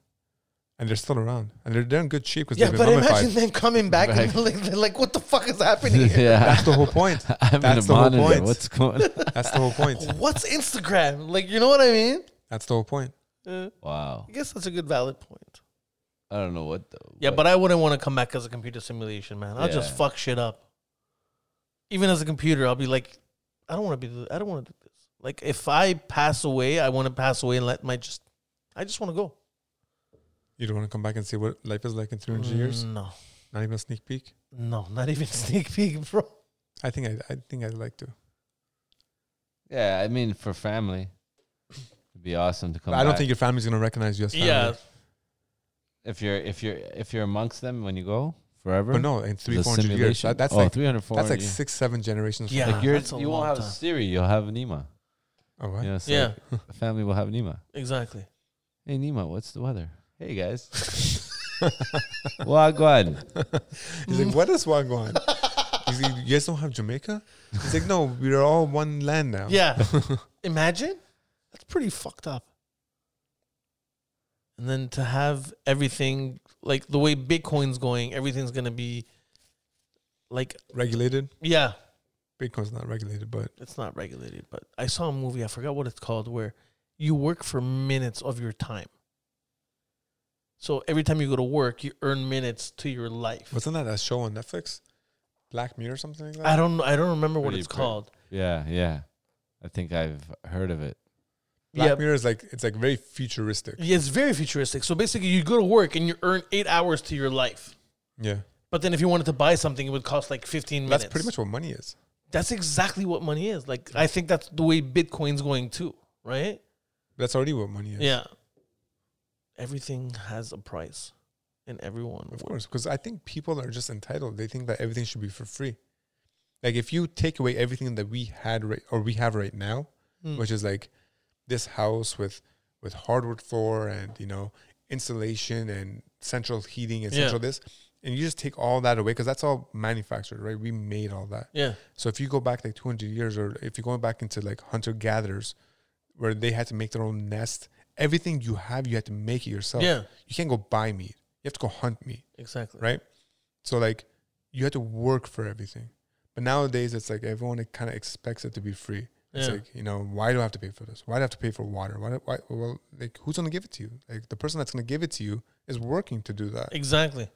S2: and they're still around, and they're, they're in good shape because
S1: Yeah,
S2: they've
S1: but
S2: been mummified.
S1: imagine them coming back and
S3: Right.
S1: like, they're like, what the fuck is happening here?
S3: yeah,
S2: That's the whole point.
S3: I'm in a
S2: that's the whole
S3: monitor.
S2: point.
S3: What's going?
S2: That's the whole point.
S1: What's Instagram? Like, you know what I mean?
S2: That's the whole point.
S1: Uh,
S3: Wow,
S1: I guess that's a good valid point.
S3: I don't know what. The,
S1: Yeah, but I wouldn't want to come back as a computer simulation, man. I'll just
S3: Yeah.
S1: fuck shit up. Even as a computer, I'll be like, I don't want to be. th- I don't want to do this. Like, if I pass away, I want to pass away and let my just. I just want to go.
S2: You don't want to come back and see what life is like in 300
S1: Mm.
S2: years.
S1: No,
S2: Not even a sneak peek.
S1: no, not even sneak peek, bro.
S2: I think I, I think I'd like to.
S3: yeah, I mean, for family, it'd be awesome to come.
S2: But I don't
S3: back.
S2: think your family's gonna recognize you as family.
S1: Yeah,
S3: if you're if you're if you're amongst them when you go forever.
S2: But no, in three,
S3: the
S2: four hundred years,
S3: simulation-
S2: that, that's
S3: oh,
S2: like
S3: 300,
S2: that's
S3: 400
S2: like
S3: yeah.
S2: six, seven generations.
S1: yeah.
S3: Like you're,
S1: that's a
S3: you
S1: long
S3: won't have
S1: time.
S3: Siri, you'll have Nima.
S2: Oh,
S3: You
S2: right.
S3: know, it's
S1: Yeah,
S3: like, the family will have Nima.
S1: exactly.
S3: Hey Nima, what's the weather? Hey guys, wagwan.
S2: He's like, what is Wagwan? He's like, you guys don't have Jamaica? He's like, no, we're all one land now.
S1: Yeah, imagine that's pretty fucked up. And then to have everything like the way Bitcoin's going, everything's gonna be like
S2: Regulated.
S1: yeah,
S2: Bitcoin's not regulated, but
S1: it's not regulated, but I saw a movie, I forgot what it's called, where you work for minutes of your time. So every time you go to work, you earn minutes to your life.
S2: wasn't that a show on Netflix? Black Mirror or something like that?
S1: I don't I don't remember what
S3: Pretty
S1: it's
S3: pr-
S1: called.
S3: Yeah, yeah. I think I've heard of it.
S2: Black
S1: yeah,
S2: Mirror is like it's like very futuristic.
S1: yeah, it's very futuristic. So basically you go to work and you earn eight hours to your life.
S2: Yeah.
S1: But then if you wanted to buy something, it would cost like fifteen minutes.
S2: That's pretty much what money is.
S1: that's exactly what money is. Like I think that's the way Bitcoin's going too, right?
S2: That's already what money is.
S1: Yeah. Everything has a price. And everyone
S2: Of
S1: would-
S2: course, because I think people are just entitled. They think that everything should be for free. Like if you take away everything that we had right or we have right now,
S1: Mm.
S2: Mm-hmm. which is like this house with with hardwood floor and you know insulation and central heating and
S1: Yeah.
S2: central this, and you just take all that away because that's all manufactured, right? We made all that.
S1: Yeah.
S2: So if you go back like 200 years, or if you're going back into like hunter gatherers, where they had to make their own nest, everything you have, you had to make it yourself.
S1: Yeah.
S2: You can't go buy meat. You have to go hunt meat.
S1: Exactly.
S2: right? So like you had to work for everything. But nowadays it's like everyone kind of expects it to be free. It's
S1: Yeah.
S2: like you know why do I have to pay for this? Why do I have to pay for water? Why? do- why well, like who's gonna give it to you? Like the person that's gonna give it to you is working to do that.
S1: Exactly.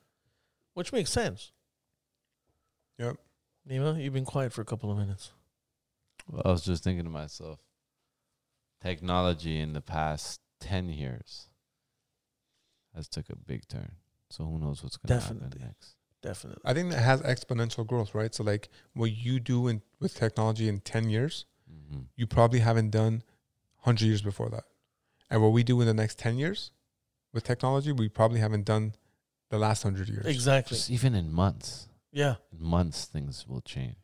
S1: Which makes sense.
S2: Yep.
S1: Nima, you've been quiet for a couple of minutes.
S3: Well, I was just thinking to myself, technology in the past ten years has took a big turn. So who knows what's going to happen
S1: Definitely.
S3: next?
S1: Definitely.
S2: I think that has exponential growth, right? So like what you do in with technology in ten years,
S3: Mm-hmm.
S2: you probably haven't done hundred years before that, and what we do in the next ten years with technology, we probably haven't done the last hundred years.
S1: Exactly.
S3: Just even in months,
S1: Yeah.
S3: in months things will change.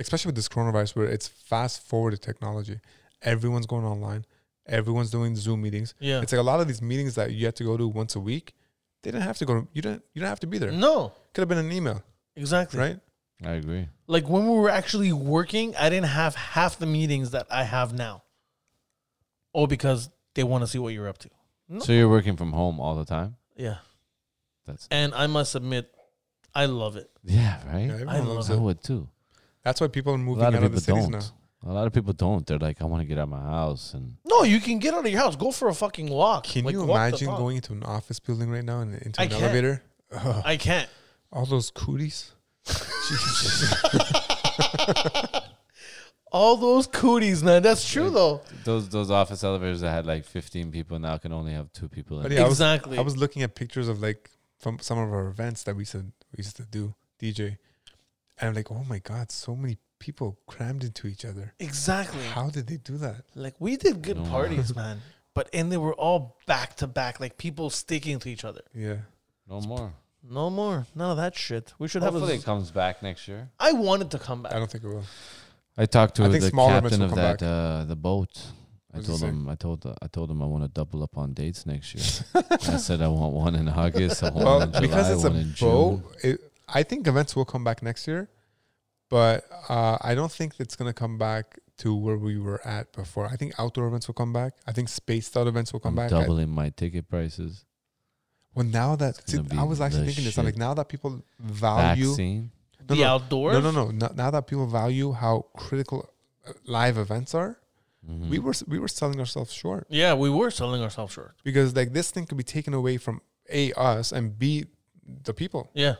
S2: especially with this coronavirus where it's fast forwarded technology. Everyone's going online. Everyone's doing Zoom meetings.
S1: Yeah.
S2: It's like a lot of these meetings that you had to go to once a week. They didn't have to go. You didn't. You don't have to be there.
S1: No.
S2: Could have been an email,
S1: Exactly.
S2: right?
S3: I agree.
S1: Like when we were actually working, I didn't have half the meetings that I have now. All because they want to see what you're up to. No.
S3: So you're working from home all the time.
S1: Yeah.
S3: That's
S1: And I must admit, I love it.
S3: yeah, right.
S2: Yeah, everyone
S1: love
S2: loves
S3: I
S2: it.
S3: would too.
S2: That's why people are
S3: A
S2: moving
S3: lot
S2: out
S3: of
S2: of the
S3: people
S2: cities
S3: don't.
S2: now.
S3: A lot of people don't. They're like, I want to get out of my house, and
S1: No, you can get out of your house, go for a fucking walk.
S2: Can
S1: Like,
S2: you
S1: what the
S2: imagine
S1: fuck?
S2: going into an office building right now and into
S1: I
S2: an
S1: can't.
S2: elevator? Ugh.
S1: I can't.
S2: all those cooties.
S1: All those cooties, man. That's true though.
S3: those those office elevators that had like 15 people now can only have two people. In
S2: But
S3: it.
S2: yeah, I was-
S1: exactly.
S2: I was looking at pictures of like from some of our events that we used to, we used to do DJ, and I'm like, oh my god, so many people crammed into each other.
S1: Exactly.
S2: How did they do that?
S1: Like we did good
S3: No.
S1: parties, man. But and they were all back to back, like people sticking to each other.
S2: Yeah.
S3: No more.
S1: No more, none of that shit. We should have.
S3: Hopefully
S1: A,
S3: it comes back next year.
S1: I wanted to come
S2: I
S1: back.
S2: don't think it will.
S3: I talked to
S2: I think
S3: the
S2: smaller events
S3: captain
S2: will come
S3: of that uh, the boat. I
S2: What'd he
S3: told
S2: say?
S3: him. I told. I told him I want to double up on dates next year. I said I want one in August. I want
S2: Well,
S3: one in July.
S2: because it's a
S3: one in June.
S2: boat, it, I think events will come back next year, but uh, I don't think it's going to come back to where we were at before. I think outdoor events will come back. I think spaced out events will come
S3: I'm
S2: back. I-
S3: doubling my ticket prices.
S2: well, now that
S3: It's gonna
S2: see, I
S3: be
S2: was actually
S3: the
S2: thinking this,
S3: shit.
S2: I'm like, now that people value,
S3: Vaccine.
S2: No,
S1: the
S2: no.
S1: outdoors.
S2: no, no, no, no, now that people value how critical uh, live events are, we
S3: Mhm.
S2: were we were selling ourselves short
S1: Yeah, we were selling ourselves short.
S2: because like this thing could be taken away from a us and b the people.
S1: Yeah,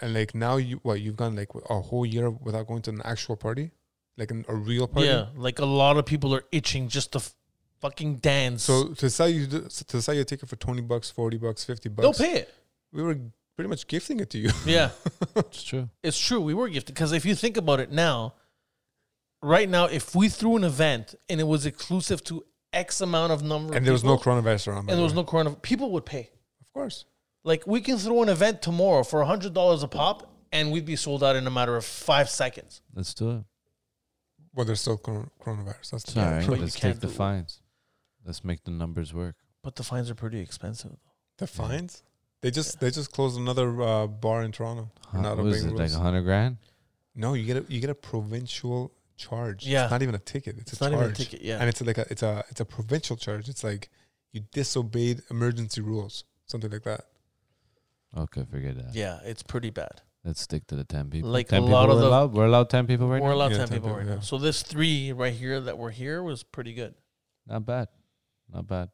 S2: and like now you what you've gone like a whole year without going to an actual party like an, a real party
S1: yeah. Like a lot of people are itching just to f- fucking dance.
S2: so to sell you to sell you a ticket for 20 bucks 40 bucks 50
S1: they'll
S2: bucks
S1: pay it.
S2: we were pretty much gifting it to you
S1: Yeah,
S3: It's true.
S1: it's true. We were gifted because if you think about it now, right now, if we threw an event and it was exclusive to X amount of number,
S2: and there was no coronavirus around
S1: and
S2: by the
S1: there was
S2: way.
S1: no corona, people would pay.
S2: of course
S1: Like we can throw an event tomorrow for hundred dollars a pop, and we'd be sold out in a matter of five seconds.
S3: Let's do it.
S2: well there's still cor- coronavirus that's
S3: It's
S2: the
S3: all
S2: problem.
S3: right.
S1: but you
S3: Let's
S1: can't
S3: take the
S1: do it.
S3: fines. Let's make the numbers work.
S1: But the fines are pretty expensive.
S2: the fines they just they just closed another uh, bar in toronto
S3: Huh,
S2: not
S3: what is
S2: obeying
S3: it? Like
S2: rules.
S3: a hundred grand?
S2: no you get a you get a provincial charge
S1: Yeah.
S2: it's not even a ticket it's,
S1: It's
S2: a
S1: not
S2: charge
S1: even a ticket. Yeah,
S2: and it's like a it's a it's a provincial charge. It's like you disobeyed emergency rules, something like that.
S3: Okay, forget that.
S1: yeah, it's pretty bad.
S3: Let's stick to the ten people.
S1: Like a
S3: 10 people
S1: lot of
S3: we're
S1: the-
S3: allowed? we're allowed ten people right
S1: We're
S3: now.
S1: allowed
S2: Yeah,
S1: ten
S2: 10
S1: people right
S2: people,
S1: now.
S2: yeah.
S1: So this three right here that were here was pretty good.
S3: Not bad. Not bad.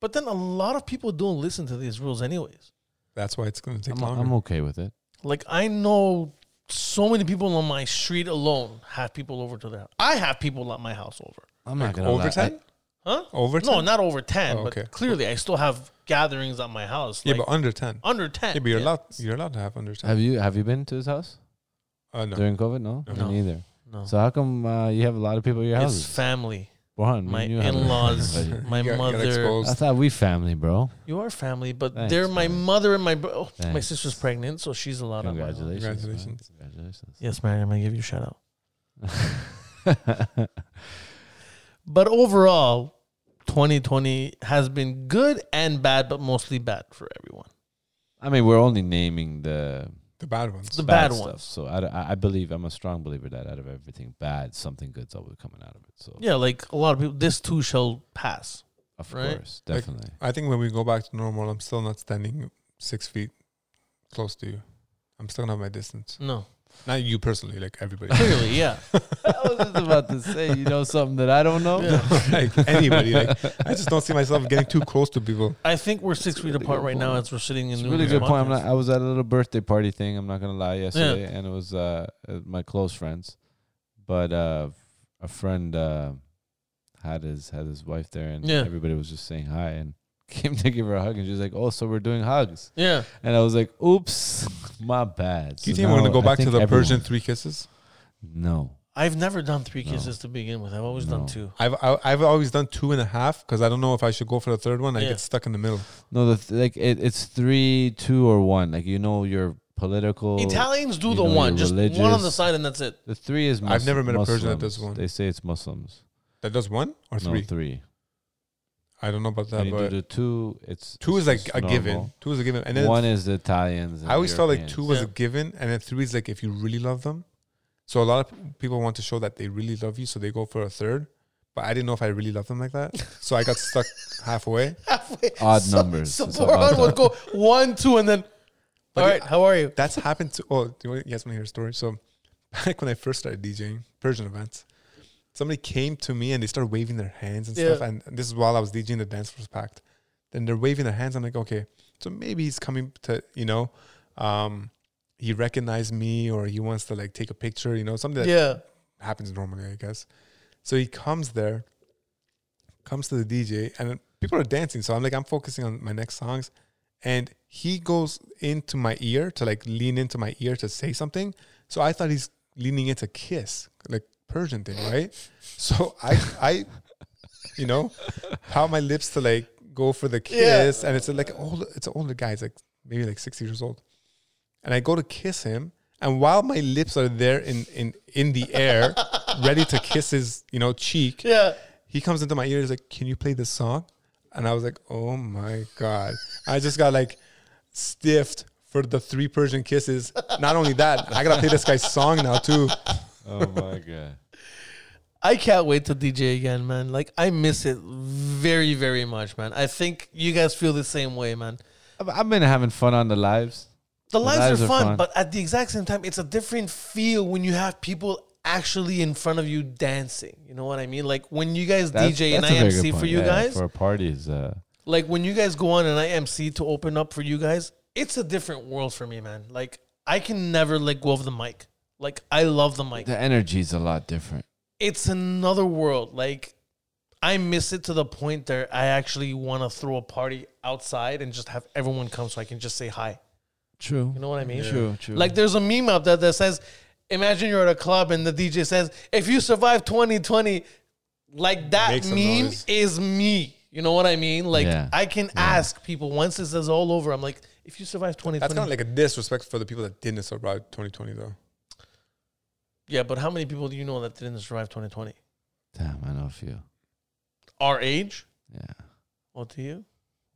S1: But then a lot of people don't listen to these rules anyways.
S2: That's why it's going to take
S3: I'm,
S2: longer.
S3: I'm okay with it.
S1: Like I know so many people on my street alone have people over to their house. I have people at my house over.
S3: I'm
S2: like
S3: not gonna lie.
S2: overtime,
S1: Huh?
S2: over ten.
S1: No, not over ten,
S2: Oh, okay.
S1: but clearly I still have gatherings at my house.
S2: yeah,
S1: like
S2: but under ten.
S1: under ten.
S2: Yeah, but you're
S1: yeah.
S2: allowed you're allowed to have under
S3: I-
S2: ten.
S3: have you have you been to his house
S2: uh, no,
S3: during COVID? No,
S2: No.
S3: Me
S1: No.
S3: neither.
S1: No.
S3: So how come uh, you have a lot of people at your
S1: it's
S3: house?
S1: family.
S3: One,
S1: My in-laws, my
S2: You got- you got
S1: mother.
S2: exposed.
S3: I thought we family, bro.
S1: You are family, but
S3: Thanks,
S1: they're my
S3: man.
S1: mother and my bro- oh, my
S3: Thanks.
S1: sister's pregnant, so she's allowed. on my own.
S3: Congratulations, man.
S2: Congratulations.
S3: Congratulations.
S1: Yes, Mariam, I give you a shout out. But overall, 2020 has been good and bad, but mostly bad for everyone.
S3: I mean, we're only naming the
S2: the bad ones.
S1: The
S3: bad,
S1: bad
S3: stuff.
S1: ones.
S3: So I, I- I believe I'm a strong believer that out of everything bad, something good's always coming out of it. So
S1: Yeah, like a lot of people, this too shall pass.
S3: of
S1: right.
S3: course,
S2: Like-
S3: definitely.
S2: I think when we go back to normal, I'm still not standing six feet close to you. I'm still gonna have my distance.
S1: No,
S2: Not you personally, like everybody,
S1: clearly, yeah.
S3: I was just about to say, you know, something that I don't know.
S1: Yeah.
S2: like anybody. Like I just don't see myself getting too close to people.
S1: I think we're six feet
S3: really
S1: apart
S3: good
S1: right now
S3: point.
S1: as we're sitting in
S3: It's a
S1: the
S3: really
S1: room
S3: good point. I'm
S1: podcast.
S3: not, I was at a little birthday party thing. I'm not gonna lie, yesterday, and it was uh, uh, my close friends, but uh, a friend uh, had his had his wife there, and
S1: Yeah.
S3: everybody was just saying hi and came to give her a hug, and she was like, "Oh, so we're doing hugs,"
S1: yeah,
S3: and I was like, "Oops, my bad."
S2: Do you
S3: So
S2: think we're gonna
S3: now
S2: go
S3: I
S2: back to
S3: think
S2: the
S3: everyone-
S2: version three kisses?
S3: No,
S1: I've never done three
S3: No.
S1: kisses to begin with. I've always
S3: No.
S1: done two.
S2: I've I, I've always done two and a half because I don't know if I should go for the third one. I
S1: Yeah.
S2: get stuck in the middle.
S3: no, the th- like it, it's three, two, or one. Like you know, your political
S1: Italians do
S3: you
S1: the
S3: know,
S1: one,
S3: you're
S1: just one on the
S3: religious.
S1: side, and that's it.
S3: The three is. Muslim,
S2: I've never met a person that does
S3: Muslims.
S2: one.
S3: They say it's Muslims.
S2: That does one or
S3: No,
S2: three?
S3: three.
S2: I don't know about
S3: When
S2: that,
S3: you do
S2: but
S3: the two, it's
S2: two
S3: it's
S2: is like
S3: just
S2: a given.
S3: normal.
S2: Two is a given, and then
S3: One is the Italians. and
S2: I always felt like
S3: Europeans.
S2: two was a
S1: Yeah.
S2: given, and then three is like if you really love them. So a lot of people want to show that they really love you, so they go for a third. But I didn't know if I really love them like that, so I got stuck halfway.
S1: Halfway.
S3: Odd
S1: so,
S3: numbers.
S1: So
S3: It's odd
S1: Boron would go one, two, and then.
S2: But
S1: all
S2: the-
S1: right, how are you?
S2: That's happened to. Oh, do you, want, you guys want to hear a story? So back when I first started DJing Persian events, somebody came to me and they started waving their hands and stuff.
S1: Yeah.
S2: And this is while I was DJing, the dance floor was packed. Then they're waving their hands. I'm like, okay, so maybe he's coming to, you know, um, he recognized me or he wants to like take a picture, you know, something that
S1: Yeah.
S2: happens normally, I guess. So he comes there, comes to the DJ, and then people are dancing. So I'm like, I'm focusing on my next songs. And he goes into my ear to like lean into my ear to say something. So I thought he's leaning into kiss, like Persian thing, right? So I, I, you know, how my lips to like go for the kiss, and it's a, like old, it's an older guy, it's like maybe like sixty years old, and I go to kiss him, and while my lips are there in in in the air, ready to kiss his, you know, cheek,
S1: Yeah.
S2: he comes into my ear. He's like, "Can you play this song?" And I was like, "Oh my god!" I just got like stiffed for the three Persian kisses. Not only that, I gotta play this guy's song now too.
S3: Oh my god.
S1: I can't wait to DJ again, man. Like I miss it very, very much, man. I think you guys feel the same way, man.
S3: I've- I've been having fun on the lives.
S1: The lives,
S3: lives
S1: are,
S3: are
S1: fun,
S3: fun.
S1: but at the exact same time, it's a different feel when you have people actually in front of you dancing. You know what I mean? Like when you guys
S3: That's-
S1: DJ
S3: that's
S1: and
S3: a
S1: I
S3: very good
S1: MC for
S3: point.
S1: you
S3: Yeah,
S1: guys,
S3: for parties. Uh,
S1: like when you guys go on and I MC to open up for you guys, it's a different world for me, man. Like I can never let go of the mic. Like I love the mic.
S3: the energy is a lot different.
S1: It's another world. Like I miss it to the point that I actually want to throw a party outside and just have everyone come so I can just say hi.
S3: True.
S1: You know what I mean?
S3: True. True.
S1: Like there's a meme out there that says, imagine you're at a club and the DJ says, if you survive 2020, like that
S2: Make some
S1: meme
S2: noise.
S1: is me. You know what I mean? Like
S3: Yeah.
S1: I can ask people once this is all over. I'm like, if you survive 2020,
S2: That's kind of like a disrespect for the people that didn't survive 2020 though.
S1: yeah, but how many people do you know that didn't survive 2020?
S3: Damn, I know a few.
S1: Our age?
S3: Yeah.
S1: What do you?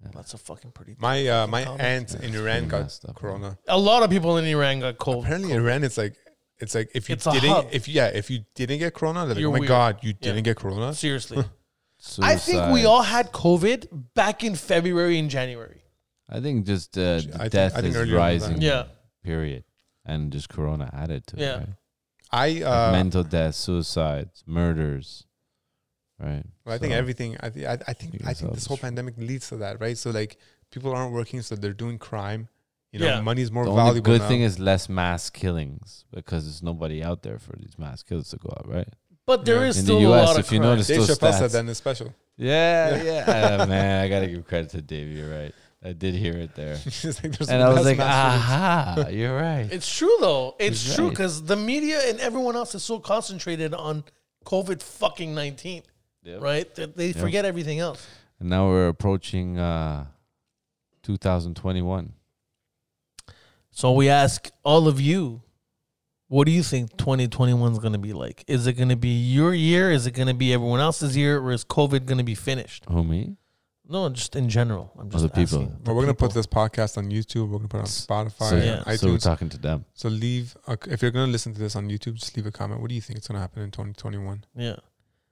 S3: Yeah.
S1: That's a fucking pretty.
S2: My uh, my
S1: Comment.
S2: aunt in
S3: That's
S2: Iran
S3: pretty
S2: got
S3: messed up,
S2: corona.
S1: A lot of people in Iran got cold.
S2: Apparently, Iran it's like it's like if you
S1: It's a hub.
S2: didn't if yeah if you didn't get corona, they're like,
S1: You're
S2: oh my
S1: weird.
S2: god, you
S1: Yeah.
S2: didn't get corona.
S1: Seriously,
S3: Suicide.
S1: I think we all had COVID back in February and January.
S3: I think just uh,
S2: I think-
S3: death
S2: I think
S3: is
S2: earlier than
S3: rising.
S2: that.
S1: Yeah,
S3: Period. And just Corona added to
S1: Yeah.
S3: it. Right?
S2: I
S3: Like
S2: uh,
S3: mental death, suicides, murders. Right.
S2: Well, I think
S3: So-
S2: everything. I, th- I, I think.
S3: think
S2: I
S3: it's
S2: think this whole
S3: obvious.
S2: pandemic leads to that, right? So like, people aren't working, so they're doing crime. You know,
S1: Yeah.
S2: money's more
S3: the
S2: valuable.
S3: only good
S2: now.
S3: thing is less mass killings because there's nobody out there for these mass kills to go out, right?
S1: but there is
S2: Yeah.
S3: In the
S1: still a
S3: US,
S1: lot of
S3: if you
S1: crime.
S3: notice-
S2: Dave
S3: still
S2: Chappelle
S3: stats.
S2: said that in his special.
S3: Yeah,
S2: Yeah.
S3: yeah, Uh, man. I gotta give credit to Dave. You're right. I did hear it there,
S2: He's like, "There's
S3: and I was
S2: less
S3: like, "Ah,
S2: mass shootings."
S3: aha, you're right.
S1: It's true though. It's
S3: He's
S1: true
S3: right.
S1: because the media and everyone else is so concentrated on COVID fucking nineteen,
S3: Yep.
S1: right? That they forget everything else.
S3: And now we're approaching uh, 2021.
S1: So we ask all of you, what do you think 2021 is going to be like? Is it going to be your year? Is it going to be everyone else's year? Or is COVID going to be finished?
S3: Who me?
S1: No, just in general. I'm just
S3: Other people.
S1: asking
S2: But we're gonna put
S1: people.
S2: this podcast on YouTube. We're gonna put it on
S3: S-
S2: Spotify,
S3: so,
S1: yeah.
S2: on iTunes.
S3: So we're talking to them.
S2: So leave a, if you're gonna listen to this on YouTube, just leave a comment. What do you think is gonna happen in 2021?
S1: Yeah.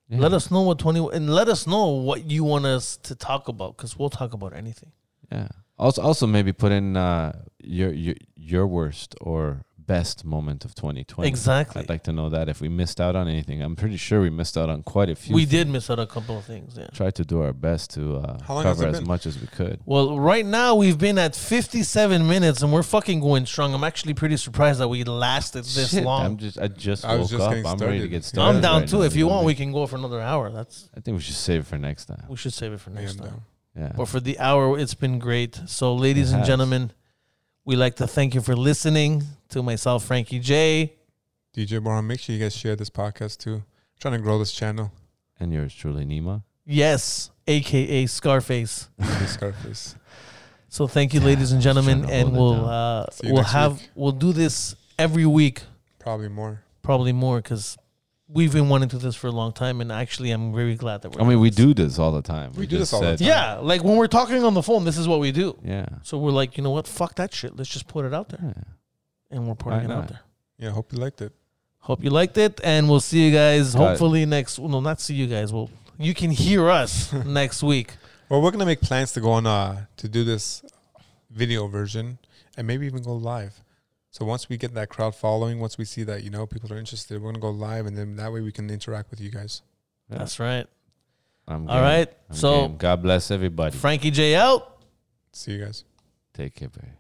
S3: Yeah.
S1: Let us know what 20 and let us know what you want us to talk about because we'll talk about anything.
S3: Yeah. Also, also maybe put in uh, your your your worst or best moment of 2020.
S1: Exactly.
S3: I'd like to know that if we missed out on anything. I'm pretty sure we missed out on quite a few.
S1: We
S3: things.
S1: did miss out a couple of things. Yeah.
S3: Tried to do our best to uh,
S2: How long has
S3: cover
S2: it
S3: as
S2: been?
S3: much as we could.
S1: Well, right now we've been at 57 minutes and we're fucking going strong. I'm actually pretty surprised that we lasted this
S3: Shit,
S1: long.
S3: I'm
S1: I'm,
S3: just I just
S2: I was
S3: woke
S2: just
S3: up.
S2: getting
S3: I'm ready to
S2: started.
S3: get
S2: I'm
S3: started.
S1: down
S3: right
S1: too.
S3: now,
S1: if you
S3: know
S1: want,
S3: what
S1: we can go for another hour. That's
S3: I mean? I think we should save it for next time.
S1: we should save it for next
S2: And,
S1: time.
S2: uh,
S3: Yeah.
S1: But for the hour, it's been great. So, ladies
S3: It
S1: and
S3: has.
S1: gentlemen, we like to thank you for listening to myself, Frankie J.
S2: DJ Boran, make sure you guys share this podcast too. trying to grow this channel.
S3: And yours truly, Nima.
S1: Yes, aka Scarface.
S2: Scarface.
S1: So, thank you,
S3: Yeah,
S1: ladies and
S3: I was trying
S1: gentlemen,
S3: to
S1: and
S3: hold it
S1: we'll
S3: down.
S1: uh,
S2: See you
S1: we'll
S2: next
S1: have
S2: week.
S1: we'll do this every week,
S2: Probably more.
S1: probably more, because we've been wanting to do this for a long time, and actually, I'm very glad that we're.
S3: I mean,
S1: doing
S3: we
S1: this.
S3: do this all the time.
S2: We do this
S3: just
S2: all the
S3: said-
S2: time.
S1: Yeah, like when we're talking on the phone, this is what we do.
S3: Yeah.
S1: So we're like, you know what? Fuck that shit. Let's just put it out there,
S3: yeah.
S1: and we're putting
S3: Why
S1: it out
S3: not?
S1: there.
S2: Yeah, hope you liked it.
S1: Hope you liked it, and we'll see you guys
S3: Got it.
S1: hopefully next. Well, no, not see you guys. Well, you can hear us next week.
S2: Well, we're gonna make plans to go on uh to do this video version and maybe even go live. So once we get that crowd following, once we see that you know people are interested, we're gonna go live, and then that way we can interact with you guys.
S3: Yeah.
S1: That's right.
S3: I'm
S1: All
S3: game.
S1: right.
S3: I'm
S1: so
S3: game. God bless everybody.
S1: Frankie J out.
S2: See you guys.
S3: Take care, baby.